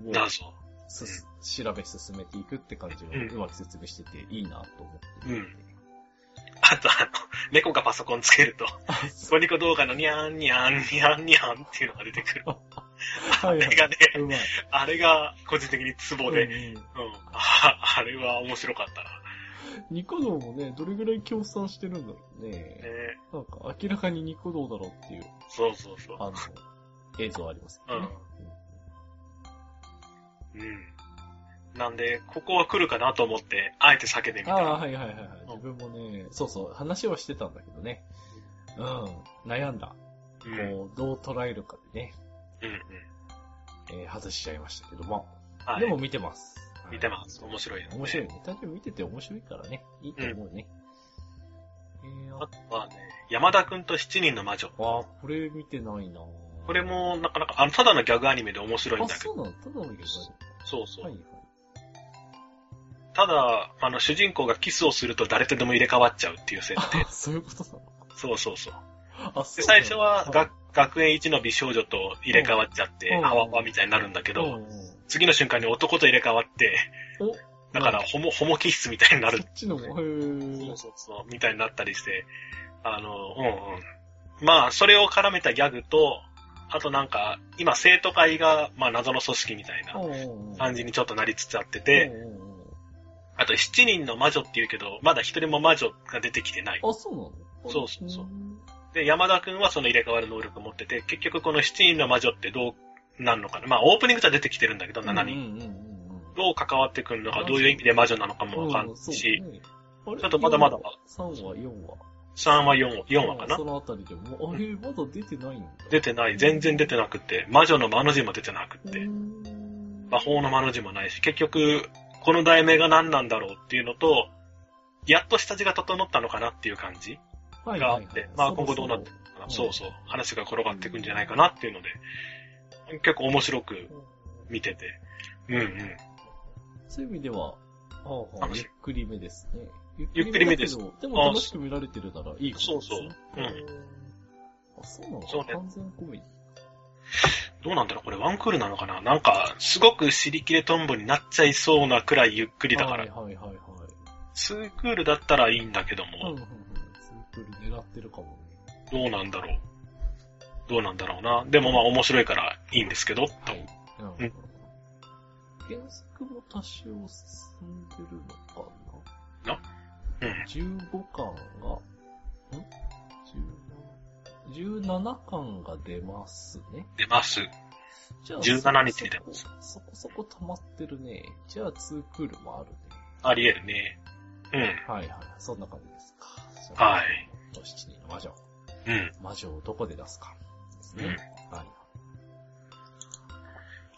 謎。
すす調べ進めていくって感じを
うん
うまく説明してていいなと思って。
うん。あと、あの、猫がパソコンつ
(laughs)
けると、
あ、
ニコニコ動画のニャーン、ニャーン、ニャーン、ニャーンっていうのが出てくる。
はい
あれがね、
うまい。
あれが個人的にツボで、
うんうん
うん。ああれは面白かったな。
ニコ動もね、どれぐらい協賛してるんだろうね。
ね、
なんか明らかにニコ動だろうっていう、
そうそうそう。
あの、映像ありますけどね。
うん。なんで、ここは来るかなと思って、あえて避けてみた。
ああ、はいはいはいはい。
ん
自分もね、そうそう、話はしてたんだけどね。うん、悩んだ。
うん。うん
こう、どう捉えるかでね、
うん。
えー外しちゃいましたけども。
はい。
でも見てます。
見てます面白いよね
面白いね。単純に見てて面白いからね。いいと思うね。えー、
あ
あ
とはね、山田くんと七人の魔女。
あー、これ見てないな
これ、も、なかなか、あの、ただのギャグアニメで面白いん
あ、
だけ
そ
ど。
うなのただのけど
そうそう。
はいはい。
ただ、あの、主人公がキスをすると誰とでも入れ替わっちゃうっていう設定。
あ、そういうことなの
そうそうそう。
あ、そ
で、
うなの
最初は、
い
が学園一の美少女と入れ替わっちゃって、
うん
ハワハワみたいになるんだけ
うん
ど、
うん
次の瞬間に男と入れ替わって、
お
だから、
うん
ホモ、ホモ気質みたいになる
そっちのも、へー
そうそうそう、みたいになったりして、あの、うんうん。まあ、それを絡めたギャグと、あとなんか、今、生徒会が、まあ、謎の組織みたいな
うんうん
感じにちょっとなりつつあってて、
うんうんうん
あと、七人の魔女っていうけど、まだ一人も魔女が出てきてない。
あ、そうなの
そうそうそう
ーん
で、山田くんはその入れ替わる能力を持ってて、結局この七人の魔女ってどうなんのかな。まあ、オープニングじゃ出てきてるんだけど、
うんうんうん
7
う
人。
ん
どう関わってくるのか、どういう意味で魔女なのかもわかんないし、
うんそうねあれ
ちょっとまだまだ
3話、4話。
3話、4話、4話かな
そ。のあたりでも、あれ、まだ出てないんだ。
出てない、全然出てなくて、魔女の魔の字も出てなく
うー
て、
ん
魔法の魔の字もないし、結局、この題名が何なんだろうっていうのと、やっと下地が整ったのかなっていう感じ
はい
があ
は
っ
いはい
て、まあ今後どうなっていくのかな、
うん
そうそう、話が転がっていくんじゃないかなっていうので、結構面白く見てて、うんうん。
そういう意味では、はあはあ
楽し
ゆ
い
っくりめですね。
ゆっくりめです
ゆっくりめだけどでも楽しく見られてるならいいかも
そうそううん
あ、そうなの
そうね
完全コメディ。
どうなんだろうこれワンクールなのかななんか、すごく尻切れトンボになっちゃいそうなくらいゆっくりだか
はい
ら、
はいはいはい。
ツークールだったらいいんだけど
うんうんう、ん。
も
ツークール狙ってるかもね。
どうなんだろうどうなんだろうな。でもまあ面白いからいいんですけど、
は
と。
い。なるほ
うん
ど。原作も多少進んでるのか
うん。
な ?15 巻が、ん ?17 巻が出ますね。
出ます。
じゃあ
17日に出ます
そこそこそこ溜まってるね。じゃあ2クールもあるね。
あり得るね。う
はいはい。そんな感じですか。
はい。
七人の魔女。
ん。うん。
魔女をどこで出すか。ですね。はい。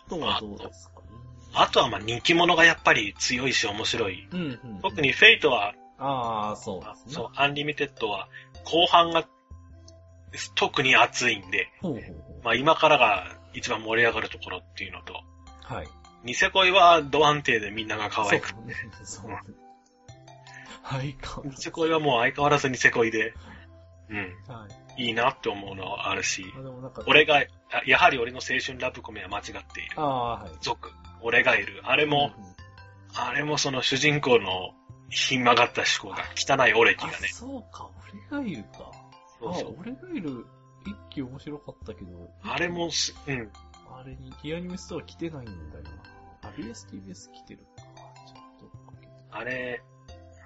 あとはどうですかね。
あとはまあ人気者がやっぱり強いし面白い。
うんうん。
特。にフェイトは、
ああ、そうですね。
そう、アンリミテッドは後半が特に熱いんで、
ほうほうほ
まあ今からが一番盛り上がるところっていうのと、
う。はい。
ニセ恋はド安定でみんなが可愛く。
そうね。そうね。はい、か
ニセ恋はもう相変わらずニセ恋で、うん、
はい。
いいなって思うのはあるし、
あ、でもなんか。
俺。が、あやはり俺の青春ラブコメは間違っている
あ。あ、はい。
族、俺がいる。あれ
で
も、、あれもその主人公のひん曲がった思考が汚いオレキ
あ
がね、。
そうか、俺がいるか。
そうそう
あ、俺がいる、一期面白かったけど。
あれもす、うん。
あれにギアニメストア来てないんだよな。あ、BSTBS 来てるか。ちょっとかけて。
あれ、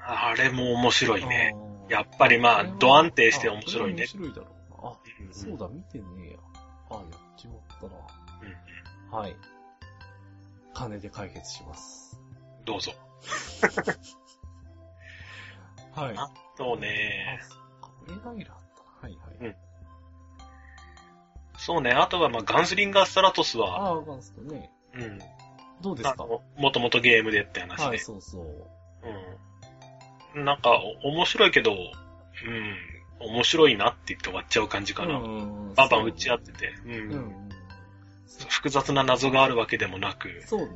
あれも面白いね。
あー
やっぱりま
あ
あ
れは、
ド安定して面白いね
あ。それは面白いだろうな。あ、
うん
そうだ、見てねえや。あ、やっちまったな。
うんうん
はい。金で解決します。
どうぞ。
はい。
あそうね
あ。。そっか俺がいるあった。はいはい。
うんそうね。あとは、まあ、ガンスリンガー・ストラトスは、
ああ、ガンスとね。
うん。
どうです
あ
か
の、もともとゲームでやった話
は
で
い、。そうそう。
うん。なんか、お面白いけど、うん。面白いなって言って終わっちゃう感じかな。
うん
バンバン打ち合って。て。。
そうううんん。
複雑な謎があるわけでもなく、
そうね。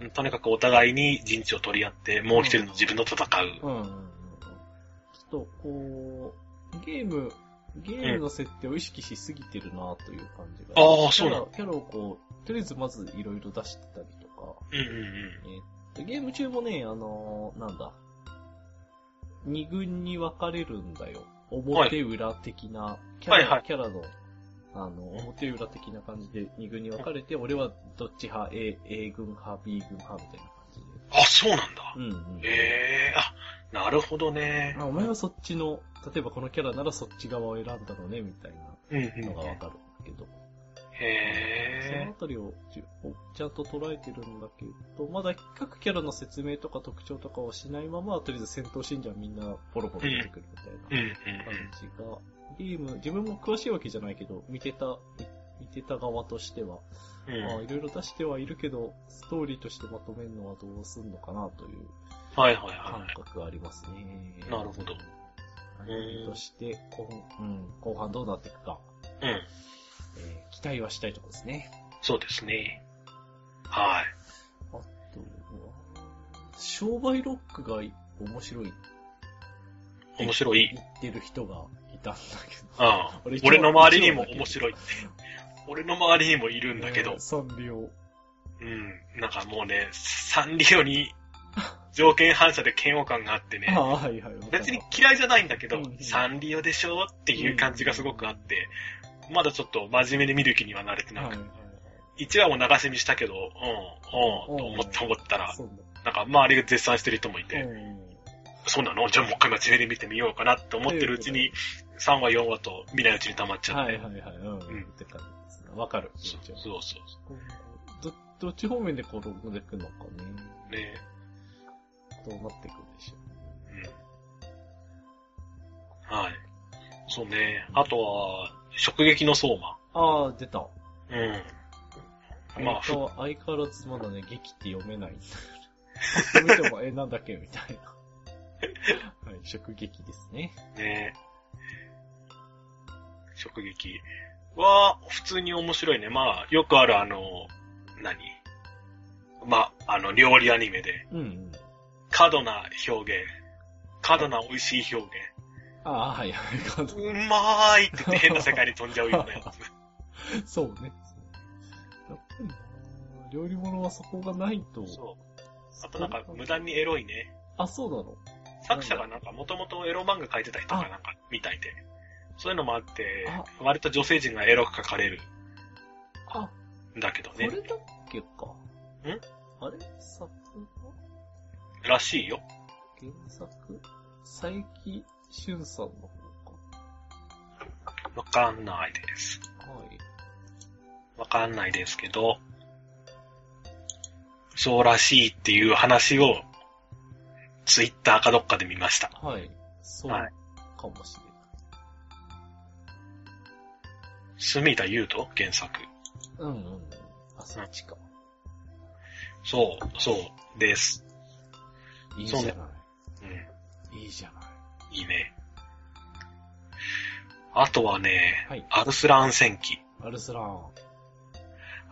うんとにかくお互いに陣地を取り合って、もう一人の自分と戦う。
うんうんうんうん。ちょっと、こう、ゲーム、ゲームの設定を意識しすぎてるなという感じが。
ああそうな
キャラキャラをこう、とりあえずまずいろいろ出してたりとか、
うんうん
えーっと、ゲーム中もね、あのーなんだ、二軍に分かれるんだよ。表裏的な、キャラ、
はいはい
キャラの、あの、表裏的な感じで二軍に分かれて、俺はどっち派、A、A 軍派、B 軍派みたいな感じで。
うん。あ、そうなんだ
う。んうん。
ええー、あ、なるほどね。
あお前はそっちの、例えばこのキャラならそっち側を選んだのね、みたい
うんう
なの
ん
が
うん。
わ
へ
かるんだけど。その
え
あたりをちちゃんと捉えてるんだけど、まだ各キャラの説明とか特徴とかをしないまま、とりあえず戦闘信者はみんなボロボロ出てくるみたいな。
ー。うんうん
感じが、ゲーム、自分も詳しいわけじゃないけど、見てた、み見てた側としては、
うん。
まあ
うん
いろいろ出してはいるけど、ストーリーとしてまとめるのはどうすんのかなという
はいはい
感
は
覚がありますね。
なるほど。
アニメとして後、うん、後半どうなっていくか、
い。うん。
えー期待はしたいところですね。
そうですね。はい。
あとは、商売ロックが面白いって
面白い。
言ってる人がいたんだけ
う
ど。
ん。俺の周りにも面
い
白いって。俺の周りにもいるんだ
(laughs)
けど。
サンリオ。
うん。なんかもうね、サンリオに条件反射で嫌悪感があってね
あ。あ、はいはい。
別に嫌いじゃないんだけど、
うん
サンリオでしょっていう感じがすごくあって、まだちょっと真面目に見る気には慣れてな
はい
く、
はい
一話も流し見したけど、うん、うん、と思っ
うん
た思った
は
ら
い。、そう
なんか周りが絶賛してる人もい
だ。
て、
うん
そうなのじゃあもう一回真面目に見てみようかなって思ってるうちに、3話、4話と見ないうちに溜まっちゃっ
は
て、
いはいはい。うん。って感じですね。わかる。
そう
気持ち
そうそう
はど、どっち方面でこう、ログでくのかね。
ね、
どうなっていくんでしょ
うん。はい。そうね、あとは、食撃の相馬。
う。ああ、出た。
うん。まあ、ふ
相変わらずまだね、劇って読
(laughs)
めないんだけど。読めても、え、なんだっけみたいな。はい、食劇ですね。
ね食撃は、普通に面白いね。まあ、よくあるあの、何まあ、あの、料理アニメで、
うんうん。
過度な表現。過度な美味しい表
ああ、はいはい。感動
現。うまーいって言って変な世界に飛んじゃうようなやつ。
そうね。やっぱりな料理物はそこがないと。
そう。あとなんか、無駄にエロいね。
あ、そうなの
作者がなんか、もともとエロ漫画描いてた人がなんか、みたいで。そういうのもあって、割と女性陣がエロく描かれる
あ、
んだけど
これ
ね
だ。っけか。
ん
あれ作画
らしいよ。
原作佐伯俊さんの方
わかんないです。
か。はい。
わかんないですけど、そうらしいっていう話を、ツイッターかどっかで見ました。
はい。そう
はい
かもしれない。
住田優斗原作。
うんうんうん。あ、そっちか。
そう、そう、です。
いいじゃ
そ
な
ううん、
い。いいじゃない。
いいね。あとはね、
はい
アルスラン戦記。
アルスラン。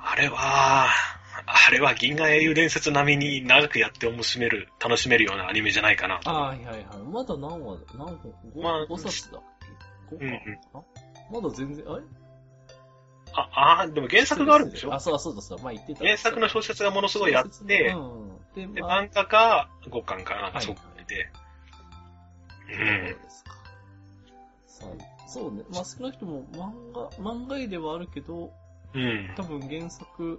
あれは、あれは銀河英雄伝説並みに長くやって楽しめる、楽しめるようなアニメじゃないかな。
あはいはいはい。まだ何話だ何本 5,、
まあ
五冊だっけ ?5
うんう
かな、まだ全然、あれ
あ、あーでも原作があるんでしょ
あ、そうだそうだそうだ。前言ってた。
原作の小説がものすごいあって、
うんうん。で、
で、
まあ、
漫画が5巻かなん
は
か
い
そこで、
そうですか。さあそうね。まあ、少なくとも漫画、漫画絵ではあるけど、
うん。うん。
多分原作、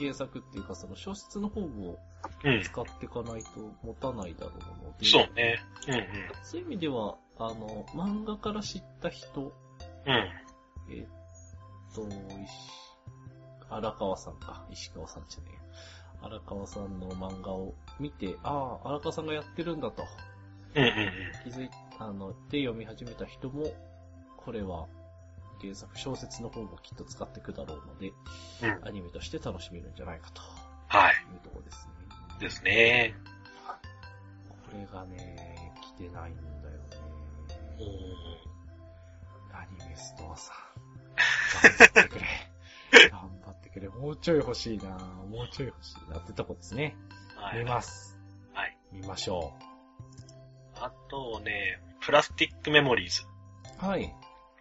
原作っていうかその小説の方を
うん。
使っていかないと持たないだろうので。
そう。ね。うん
そういう意味では、あの、漫画から知った人、
うん。うん。
えっと、石、荒川さんか。石川さんじゃねえや。荒川さんの漫画を見て、ああ、荒川さんがやってるんだと。
うんうん
気づいあの、で読み始めた人も、これは原作小説の方もきっと使っていくだろうので、
うん。うん。
アニメとして楽しめるんじゃないかと
はい。
いうところですね。
ですね。
これがね、来てないんだよ
う
ね。
ん
アニメストアさん。頑張ってくれ。頑張ってくけど、もうちょい欲しいなもうちょい欲しいなってとこですね。
はい
見ます。
はい。
見ましょ
あとね、プラスティックメモリーズ。
う。はい。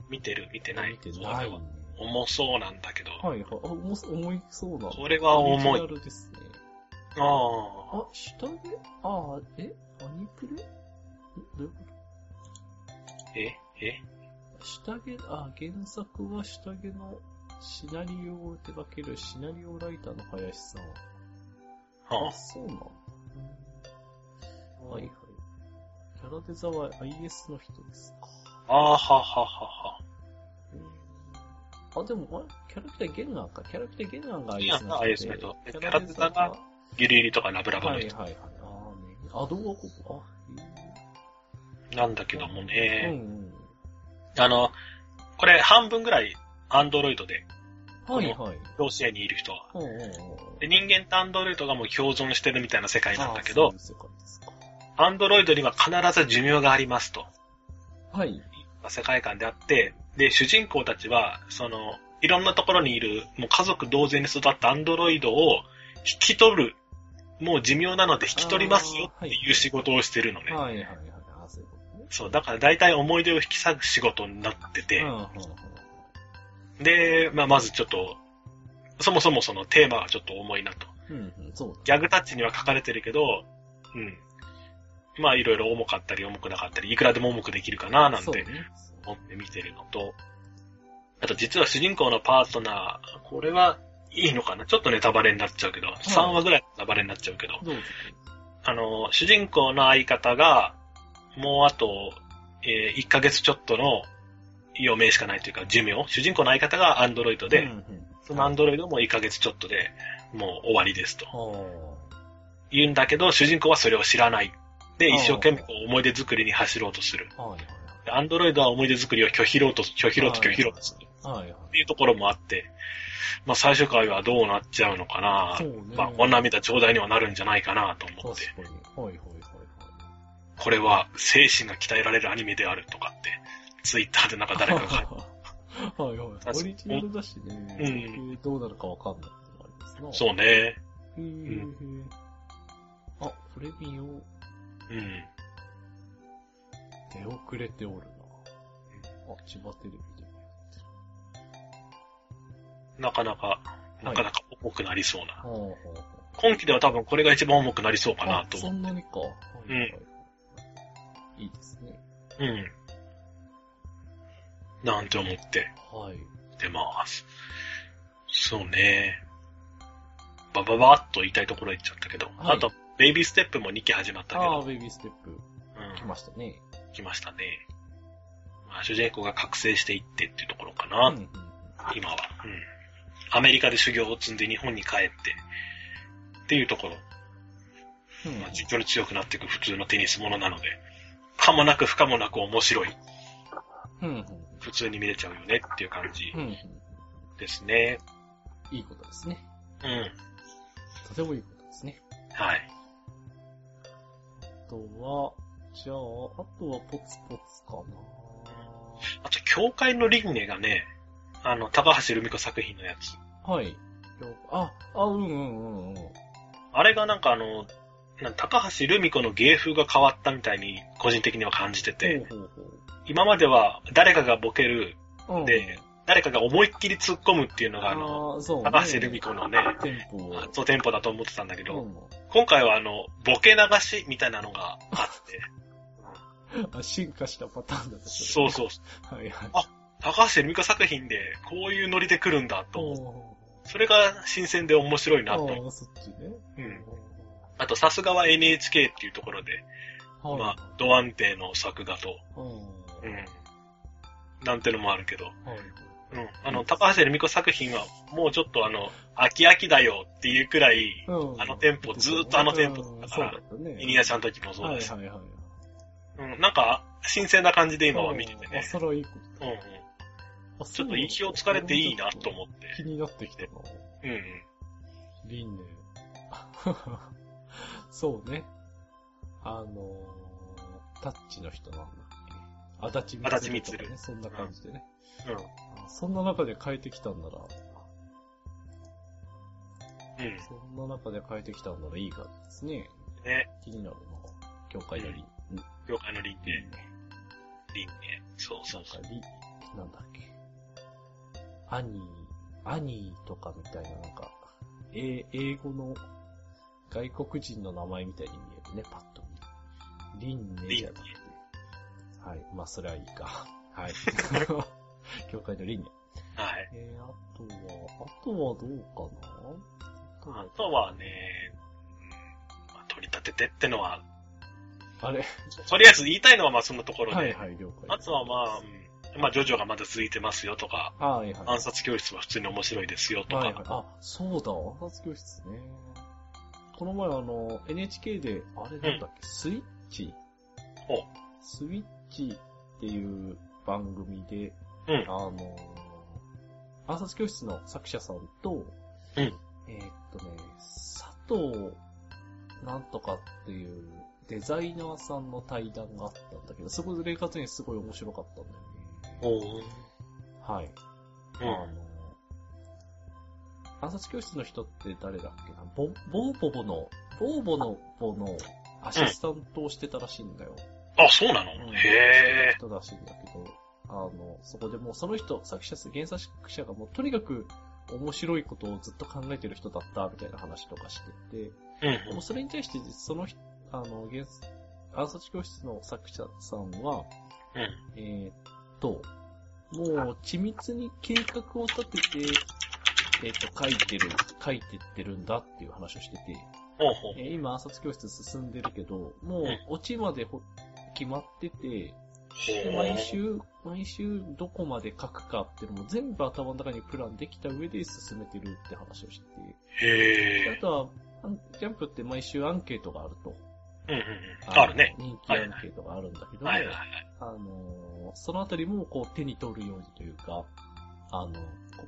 見てる見てない
見てないね。
重そうなんだけど。
はいはい。あ、重そう重いそうだ。
これは重い
オリジナルですね。
ああ。
あ、下であ、えアニプレんどういうこ
ええ
と下着、あ、原作は下着のシナリオを手掛けるシナリオライターの林さん。
は
あ、そうなんだはいはい。キャラデザは IS の人ですか。
あ。ああ、はははは。
あ、でも、あキャラクターゲンガーか。キャラクターゲンガーが IS
ゲンガーが IS
の
の
人で。
人キャラデザがギリギリとかラブラブ
は
の
いはい
人
はい。あーね。あ、動画ここ。あ、
なんだけども
へえ。う
ね。
ん
あの、これ半分ぐらいアンドロイドで、
うん。はいはい。
ロシアにいる人は。
うんうんうん。
で人間とアンドロイドがもう共存してるみたいな世界なんだけ
あ
ど
ー、、そういう世界ですか
アンドロイドには必ず寿命がありますと。
はい。
世界観であって、で、主人公たちは、その、いろんなところにいる、もう家族同然に育ったアンドロイドを引き取る、もう寿命なので引き取りますよっていう仕事をしてるのね。
はいはいはい。あーそういうことね。
そう、だから大体思い出を引き裂く仕事になってて、
うんうんうん。
で、まあ、まずちょっと、そもそもそのテーマがちょっと重いなと。
うんうん、そうだ。
ギャグタッチには書かれてるけど、うん。まあ、いろいろ重かったり重くなかったり、いくらでも重くできるかな、なん
そう
て
ね。
思って見てるのと、あと実は主人公のパートナー、これはいいのかなちょっとネタバレになっちゃうけど、3話ぐらいネタバレになっちゃうけど、
どうぞ。
あの、主人公の相方が、もうあと、え1ヶ月ちょっとの余命しかないというか寿命、主人公の相方がアンドロイドで、
うんうん、
そのアンドロイドも1ヶ月ちょっとでもう終わりですと
は
言うんだけど、主人公はそれを知らない。で、
あー
一生懸命こう思い出作りに走ろうとする。
あ。はい
でアンドロイドは思い出作りを拒否ろうと、拒否ろうと拒否ろうとする。
はい。はいはい。
っていうところもあって、まあ最終回はどうなっちゃうのかな
そう、ね
まあこんなみた頂戴にはなるんじゃないかなと思っ
確か
て、
に。はいはいはい
これは精神が鍛えられるアニメであるとかって、ツイッターでなんか誰かが書いて、
はい。はいはい。
確か
オ
に
リジナルだしね。
うん
えーどうなるかわかんないってのがありますな。う。
そうね、
へーあ、これ見よう。
うん。
出遅れておるな。あ、千葉テレビで。
なかなか、
い
なかなか重くなりそうな。
はあは
今期では多分これが一番重くなりそうか
あはあ。
な
あ
と
そ
思う。
んなにか。はいはいはいいいですね。
うん。なんて思って
はい。
出ます。そうね。バババーっと言いたいところ言っちゃったけど、
はい
あと、ベイビーステップも2期始まったけ
ああ、
ど、
ベイビーステップ
うん
来ましたね。
来ましたね。まあ、主人公が覚醒していってっていうところか
う
な、
んうんうん
今は。うん。アメリカで修行を積んで日本に帰って、っていうところ。
うん
まあ、実況に強くなっていく普通のテニスものなので、かもなく不可もなく面白い。
うんうん
普通に見れちゃうよねっていう感じ
うんうん
ですね。
いいことですね。
うん。
とてもいいことですね。
はい。
あとは、じゃあ、あとはポツポツか
あと、教会の輪廻がね、あの、高橋留美子作品のやつ。
なはい。あ、あ、うんうんうんうん。
あれがなんかあの、なん高橋留美子の芸風が変わったみたいに個人的には感じてて、
ほうほ
今までは誰かがボケる、
うほう。うん
で、誰かが思いっきり突っ込むっていうのが、あの、
ー、そうね
高橋留美子のね、
テンポを。
そうテンポだと思ってたんだけど、
うん
今回はあの、ボケ流しみたいなのがあって、
あ進化したパターンだった。そ
そうそう、
れはいはい。
高橋留美子作品でこういうノリで来るんだと思って
お
それが新鮮で面白い
ー
な
あ
と。
ー、そっちね。
うん。あと、さすがは NHK っていうところで、
はい。
まあ、ド安定の作画と、
うんは
う
い
ん。なんてのもあるけど、
はい。
うん。あの、高橋留美子作品は、もうちょっとあの、飽き飽きだよっていうくらい、
うん
あのテンポずーっとあのテンポ
うん
だか
そう
ら
だったね。
イニアちゃんの時もそう
はい
だし、
はいはいはい。
うん。なんか、新鮮な感じで今は見てて
うんあ、
ね。
それはいいこと
うんうん。
あ
ちょっと息をつかれていいなと思っ
気
て。
になってきたな。
うんうん。
輪廻。そうね。あのー、タッチの人なんだっけ。足立光弘とか
足立
ね。そんな感じでね。
うん。
あそんな中で変えてきたんなら、
うん。
そんな中で変えてきたんならいいがですね。
ね。
気になるな。教会なり。うん。
業界の輪
いい
廻
ね。。
輪廻。そうそ
な
うんそ
か
う。
り、なんだっけ。アニー、アニーとかみたいな、なんか、えー英語の外国人の名前みたいに見えるね、パッと見。リンネじゃなくて。はい。まあ、それはいいか。はい。 (laughs) 教会のリンネ。
はい。
えー、あとは、あとはどうかな
あとはね、うんまあ取り立ててってのは、
あれ
とりあえず言いたいのはまあそのところで、
はいはい、了解。
あとはまあ、うんまあ、ジョジョがまだ続いてますよとか、
あ、はいはい。
暗殺教室は普通に面白いですよとか、
はいはい、あ、そうだ、暗殺教室ね。この前あの、NHK で、あれなんだっけ、スイッチ
お
スイッチっていう番組で、
うん
あのー、暗殺教室の作者さんと、
うん
えーっとね、佐藤なんとかっていうデザイナーさんの対談があったんだけど、そこでかつにすごい面白かったんだよね。
おう
はい。
う
あの
ん。、
暗殺教室の人って誰だっけなボ、ボーボボの、ボーボのボのアシスタントをしてたらしいんだよ。
あ、そうなの
うん
へえ。
人らしいんだけど、あの、そこでもうその人、作者数、原作者がもうとにかく面白いことをずっと考えてる人だった、みたいな話とかしてて、
うん
でもそれに対して、その人、あの、原作、暗殺教室の作者さんは、
うん。うん。
えーっと、もう緻密に計画を立てて、えーっと、書いてる、書いてってるんだっていう話をしてて、
ほうほう
え。ー今暗殺教室進んでるけど、もうオチまでほ決まってて、で
ほう。
毎週、毎週どこまで書くかっていうのも全部頭の中にプランできた上で進めてるって話をしてて、
へ
あ
え。
とは、あんジャンプって毎週アンケートがあると。
うんうんうん。あるね。。
人気アンケートがあるんだけど、
はいはいはい。
あのーそのあたりもこう手に取るようにというか、あの、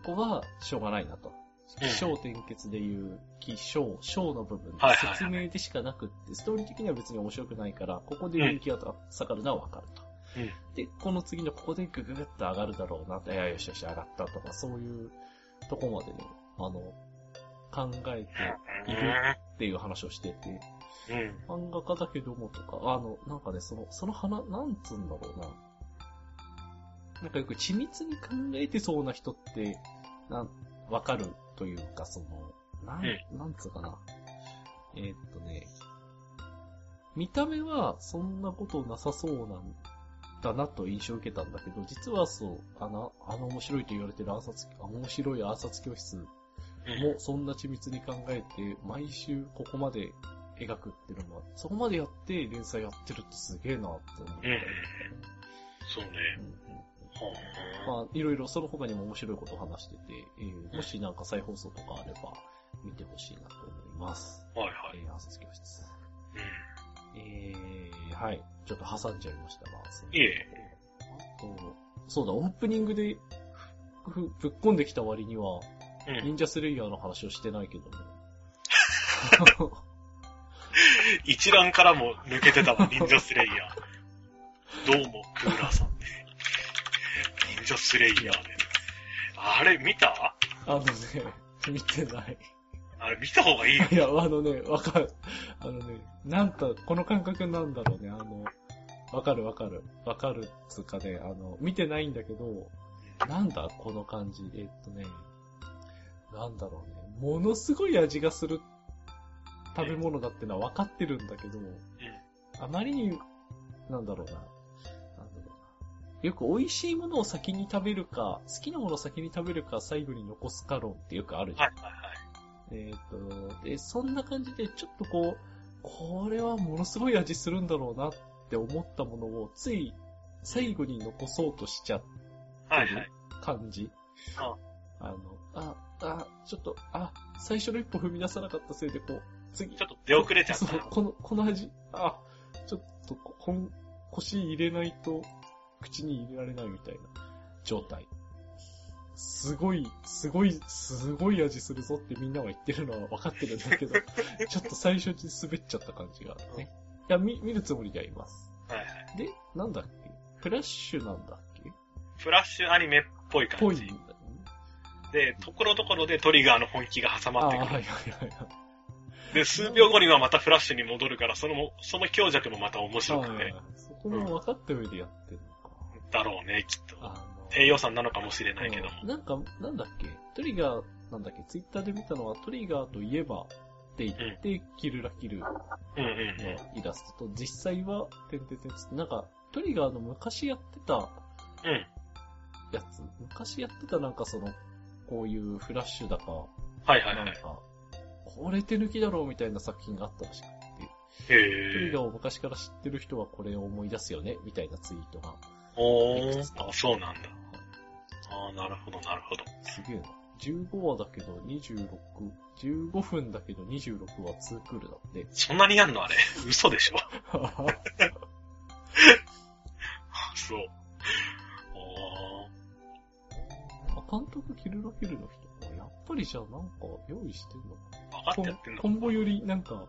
ここはしょうがないなと。
うん
気象転結でいう気象、章の部分、
はいはいはい
説明でしかなくって、ストーリー的には別に面白くないから、ここで人気が下がるのはわかると。
うん
で、この次のここでグググッと上がるだろうなと、いや、よしよし上がったとか、そういうとこまでね、あの、考えてっていう話をしてて、
うん。う
漫
ん。
画家だけどもとか、あの、なんかね、その、その花、なんつうんだろうな。なんかよく緻密に考えてそうな人って、なん、わかるというか、その、なん、
う
なんつうかな。えーっとね、見た目はそんなことなさそうなんだなと印象を受けたんだけど、実はそう、あの、あの面白いと言われてる暗殺、あ面白い暗殺教室
うん
もうそんな緻密に考えて、毎週ここまで描くっていうのは、そこまでやって連載やってるってすげえなって思ったりとかね。
そうね。
うんうん
ほう
まあ、いろいろその他にも面白いことを話してて、えーもしなんか再放送とかあれば見てほしいなと思います。
はいはい。
えー、暗殺教室。
う
えー、はい。ちょっと挟んじゃいましたが、その
ん。いえ。
あと、そうだ、オープニングでふふぶっこんできた割には、
うん。
忍者スレイヤーの話をしてないけども。
一覧からも抜けてたわ、忍者スレイヤー。どうも、クーラーさんね。忍者スレイヤーね。あれ、見た
あのね、 (laughs) 見てない。
あれ、見た方がいいよ。
いや、あのね、わかる。あのね、なんか、この感覚なんだろうね、あの、わかるわかる。わかるっつうかね、あの、見てないんだけど、なんだ、この感じ。えっとね、なんだろうね、ものすごい味がする食べ物だってのはわかってるんだけど、あまりに、なんだろうな、なんだろうな。よく美味しいものを先に食べるか、好きなものを先に食べるか、最後に残すか論ってよくあるじゃん
はいはい
えっ、と、で、そんな感じで、ちょっとこう、これはものすごい味するんだろうなって思ったものを、つい、最後に残そうとしちゃう
はい。はいはい。
感じ。
あ
あの、あ、あ、ちょっと、あ、最初の一歩踏み出さなかったせいで、こう、次。
ちょっと出遅れちゃったな
そう、この、この味、あ、ちょっと、ここん、腰入れないと、口に入れられないみたいな状態。すごい、すごい、すごい味するぞってみんなは言ってるのは分かってるんだ
(laughs)
けど、ちょっと最初に滑っちゃった感じがあるね。いや、見、見るつもりではいます。
はいはい。
で、なんだっけフラッシュなんだっけ
フラッシュアニメっぽい
ぽ
感
いん
じ
だ。よね。
で、ところどころでトリガーの本気が挟
あ
まっ
は
て
い
く
はい
る。
はいはい。
で、数秒後にはまたフラッシュに戻るから、その、その強弱もまた面白くて、
あーそこも分かった上でやってるのか。
だろうね、きっと。
あの
低予算なのかもしれないけど。
うんなんか、なんだっけ、トリガー、なんだっけ、ツイッターで見たのは、トリガーといえばって言って、キルラキルの
うんうんうん。
イラストと、実際は、てんてんてんつって、なんか、トリガーの昔やってた
うん。
やつ、昔やってたなんかその、こういうフラッシュだか、
はいはい
な
は
ん
い。
か、これ手抜きだろうみたいな作品があったらしくて、
へ
トリ
え
ガー。を昔から知ってる人はこれを思い出すよね、みたいなツイートが。
おー、あ、そうなんだ。あー、なるほど、なるほど。
すげえな。15話だけど26、15分だけど26話2クールだって。
(laughs) そんなにやんのあれ。嘘でしょ。 (laughs) そう。
あ監督キルラキルの人やっぱりじゃあなんか用意してんのか
あー、分かってやってんの
今後よりなんか、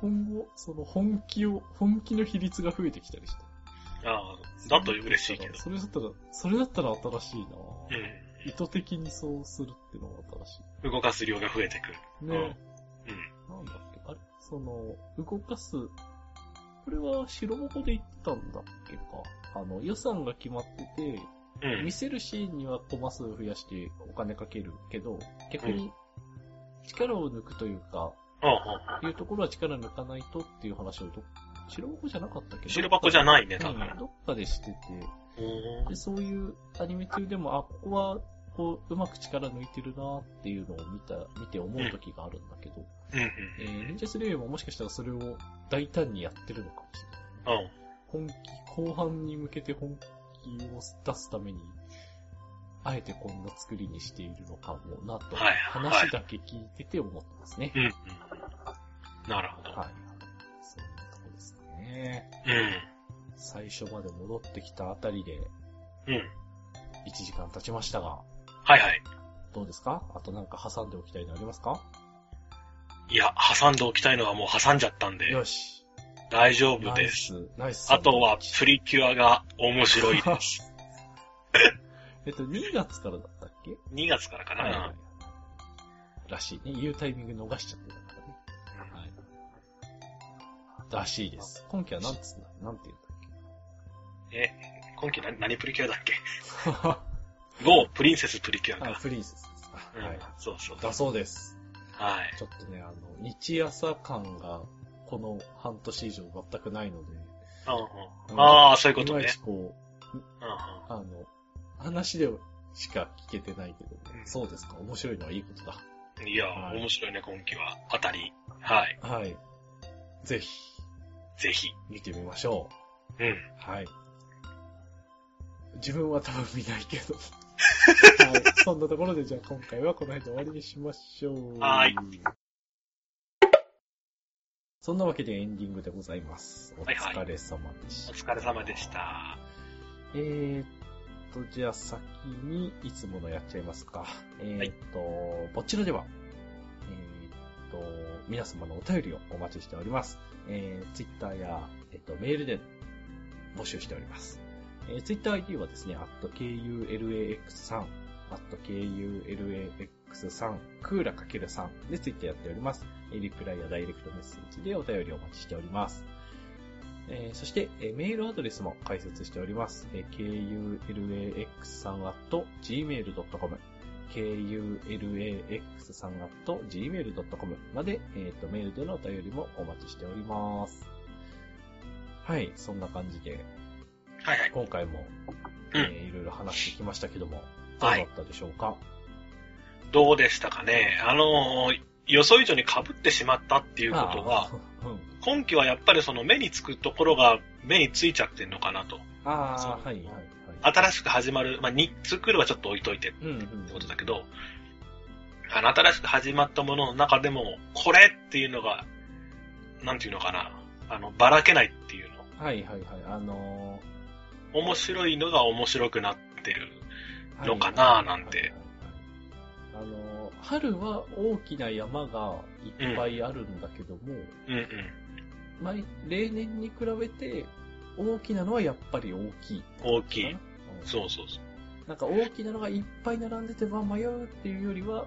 今後、その本気を、本気の比率が増えてきたりして。
あー、だと嬉しいけど。
それだったら、それだったら新しいな、
う
意図的にそうするってのが新し
ん。動かす量が増えてくる。
い。ね、
うん。
なんだっけ、あれその、動かす、これは白箱で言ってたんだっけか。あの、予算が決まってて、
うん
見。せるシーンにはコマ数増やしてお金かけるけど、逆に力を抜くというか、
ああ、あ
いうところは力抜かないとっていう話をど、白箱じゃなかったっけ
白箱じゃないね、
ど
多
っかでうん
分。
どっかでしてて、
おー
で、そういうアニメ中でも、あ、ここは、こう、うまく力抜いてるなっていうのを見た、見て思う時があるんだけど、
うんうん
えー、忍者スレイヤーももしかしたらそれを大胆にやってるのかもしれない。
うん。
本気、後半に向けて本気を出すために、あえてこんな作りにしているのかもなと、
はい
話だけ聞いてて思ってますね。
うんうん。なるほど。
はい。そんなとこですかね。
う
最初まで戻ってきたあたりで、
ん。うん。
1時間経ちましたが、
はいはい。
どうですかあとなんか挟んでおきたいのありますか
いや、挟んでおきたいのはもう挟んじゃったんで、
よし。
大丈夫
ナイ
です。
ス、ナイス。
あとは、プリキュアが面白いです。
(laughs) えっと、2月からだったっけ
2月からかな、
はいはいはいらしいね。言うタイミング逃しちゃってたからね。はい。らしいです。今期はなんつうんだなんて言
え、今期何何プリキュアだっけ
うんだっ
?GO プリンセスプリキュア
け (laughs) あ、
か。
プリンセスですか。
うん、
はい。
そうそう。
だそうです。
はい。
ちょっとね、あの、日朝感が、この半年以上全くないので、
うん
う
うんん、ああ、そういうこ
い
と
まい
ね。
ちこう、
うんうん
あの、話でしか聞けてないけどね、
うん
そうですか、面白いのはいいことだ。
いや、
はい
面白いね、今期は。あたり。はい。
はい。ぜひ、
ぜひ。
見てみましょう。
うん。
はい。自分は多分見ないけど。はい。そんなところで、じゃあ今回はこの辺で終わりにしましょう。
はい。
そんなわけでエンディングでございます。お
はいはい
疲れ様でし
お
た。
疲れ様でし。た。
えーっと、じゃあ先にいつものやっちゃいますか。えーっと、こちらでは、えーっと、皆様のお便りをお待ちしております。えー、Twitter や、えっと、メールで募集しております。えー、TwitterID はですね、KULAX3、KULAX3、クーラ ×3 で Twitter やっております。えーリプライやダイレクトメッセージでお便りをお待ちしております。えーそして、えーメールアドレスも開設しております。えー kulax3.gmail.com kulax3.gmail.com まで、えーと、メールでのお便りもお待ちしております。はい、そんな感じで、
はいはい。
今回も、
うん
えーいろいろ話してきましたけども、どう
は
だっ
い。
たでしょうか、
どうでしたかねあのー予想以上に被ってしまったっていうことは、
あー、うん
今期はやっぱりその目につくところが目についちゃってんのかなと。
あ
そう
ー、はい、はい、はい。
新しく始まる、まあ、にツークールはちょっと置いといてっ
うん、うん。
てことだけど、あの、新しく始まったものの中でも、これっていうのが、なんていうのかな、あの、ばらけないっていうの。
はい、はい、はい。あの
面白いのが面白くなってる。
ー、
のかななんて
はいはいはいはい。あのー、春は大きな山がいっぱいあるんだけども、
うんうん。
毎例年に比べて大きなのはやっぱり大きい。
大き
う
い
ん。
そうそうそう。
なんか大きなのがいっぱい並んでては迷うっていうよりは、
うん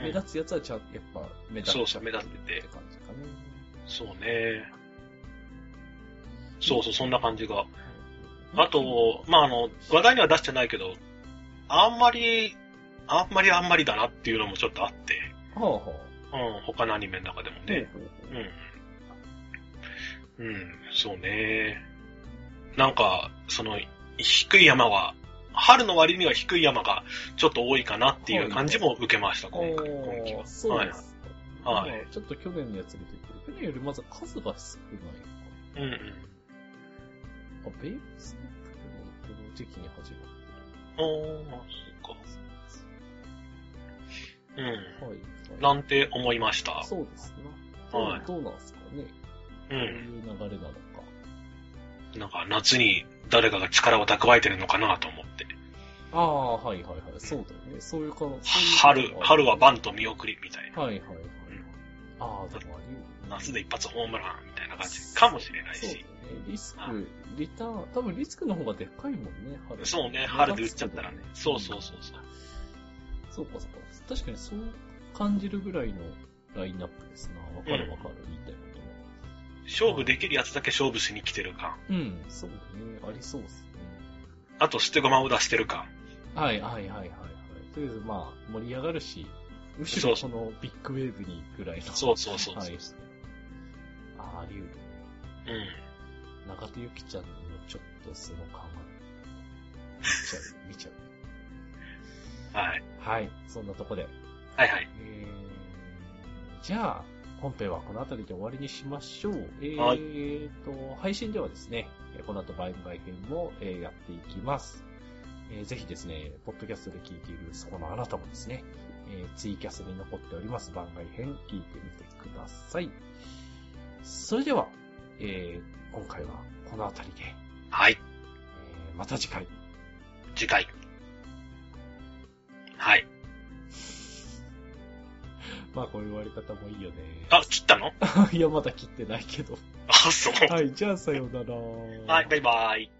目立つやつはちゃんやっぱ目立っ
そう
ち
そ
ゃ
う目立ってて
って感じかね。
そうね。そうそう、そんな感じが。あと、まあ、あの、話題には出してないけど、あんまり、あんまりあんまりだなっていうのもちょっとあって、
はあは
うん、他のアニメの中でも
あ。
ね。
ほうほうほう
うん。うん、そうね。なんか、その、低い山は、春の割には低い山がちょっと多いかなっていう感じも受けました、今回、今季
お
は。
ーそうで
はい
す。
はい
まあちょっと去年のやつ見てて、去年よりまず数が少ない
うんうん。
かな。あ、ベイブスネックの時期に始ま
あーそっか。う
る。はい。
ん。なんて思いました。
そうですね。
はい
どうなんですかね。
う。
どうんいう流れなのか。
なんか夏に誰かが力を蓄えてるのかなと思って。
ああ、はいはいはい。そうだよね。そういう可能
春、春はバン
ト。
ト見送りみたいな。
はいはいはい。ああ、でもあり得る
夏で一発ホームランみたいな感じかもしれない
そうだ
し
ね。。リス
は
ク、リターン、多分リスクの方がでっかいもんね、春。
そうね、春で打っちゃったらね。そうそう
う
そうそう。
ん。そうかそうか。確かにそう感じるぐらいのラインナップですな。わかるわかる。言いたいことも。
勝負できるやつだけ勝負しに来てるか。
うん、そうだね。ありそうですね。
あと捨て駒を出してるか。
はいはいはいはい。はいとりあえずまあ、盛り上がるし、むしろそのビッグウェーブにぐらいの。
そうそうそうそう
はい。ああ、り得る。
う
中田ゆきちゃんのちょっとその考え。見ちゃう、見ちゃう。
ん。はい。
はい、そんなとこで。
はいはい。
えーじゃあ、本編はこの辺りで終わりにしましょう。え
はい
ーと、配信ではですね、えーこの後番外編もえーやっていきます。えーぜひですね、ポッドキャストで聞いているそこのあなたもですね、えーツイキャスに残っております番外編聞いてみてください。それでは、えー今回はこの辺りで、
はい。
えーまた次回。
次回。はい。
まあこういう終わり方もいいよね。 (laughs)
あ、切ったの (laughs)
いや、まだ切ってないけど。
あ、そう。
はい、じゃあさようなら。は
はい、バイバイ。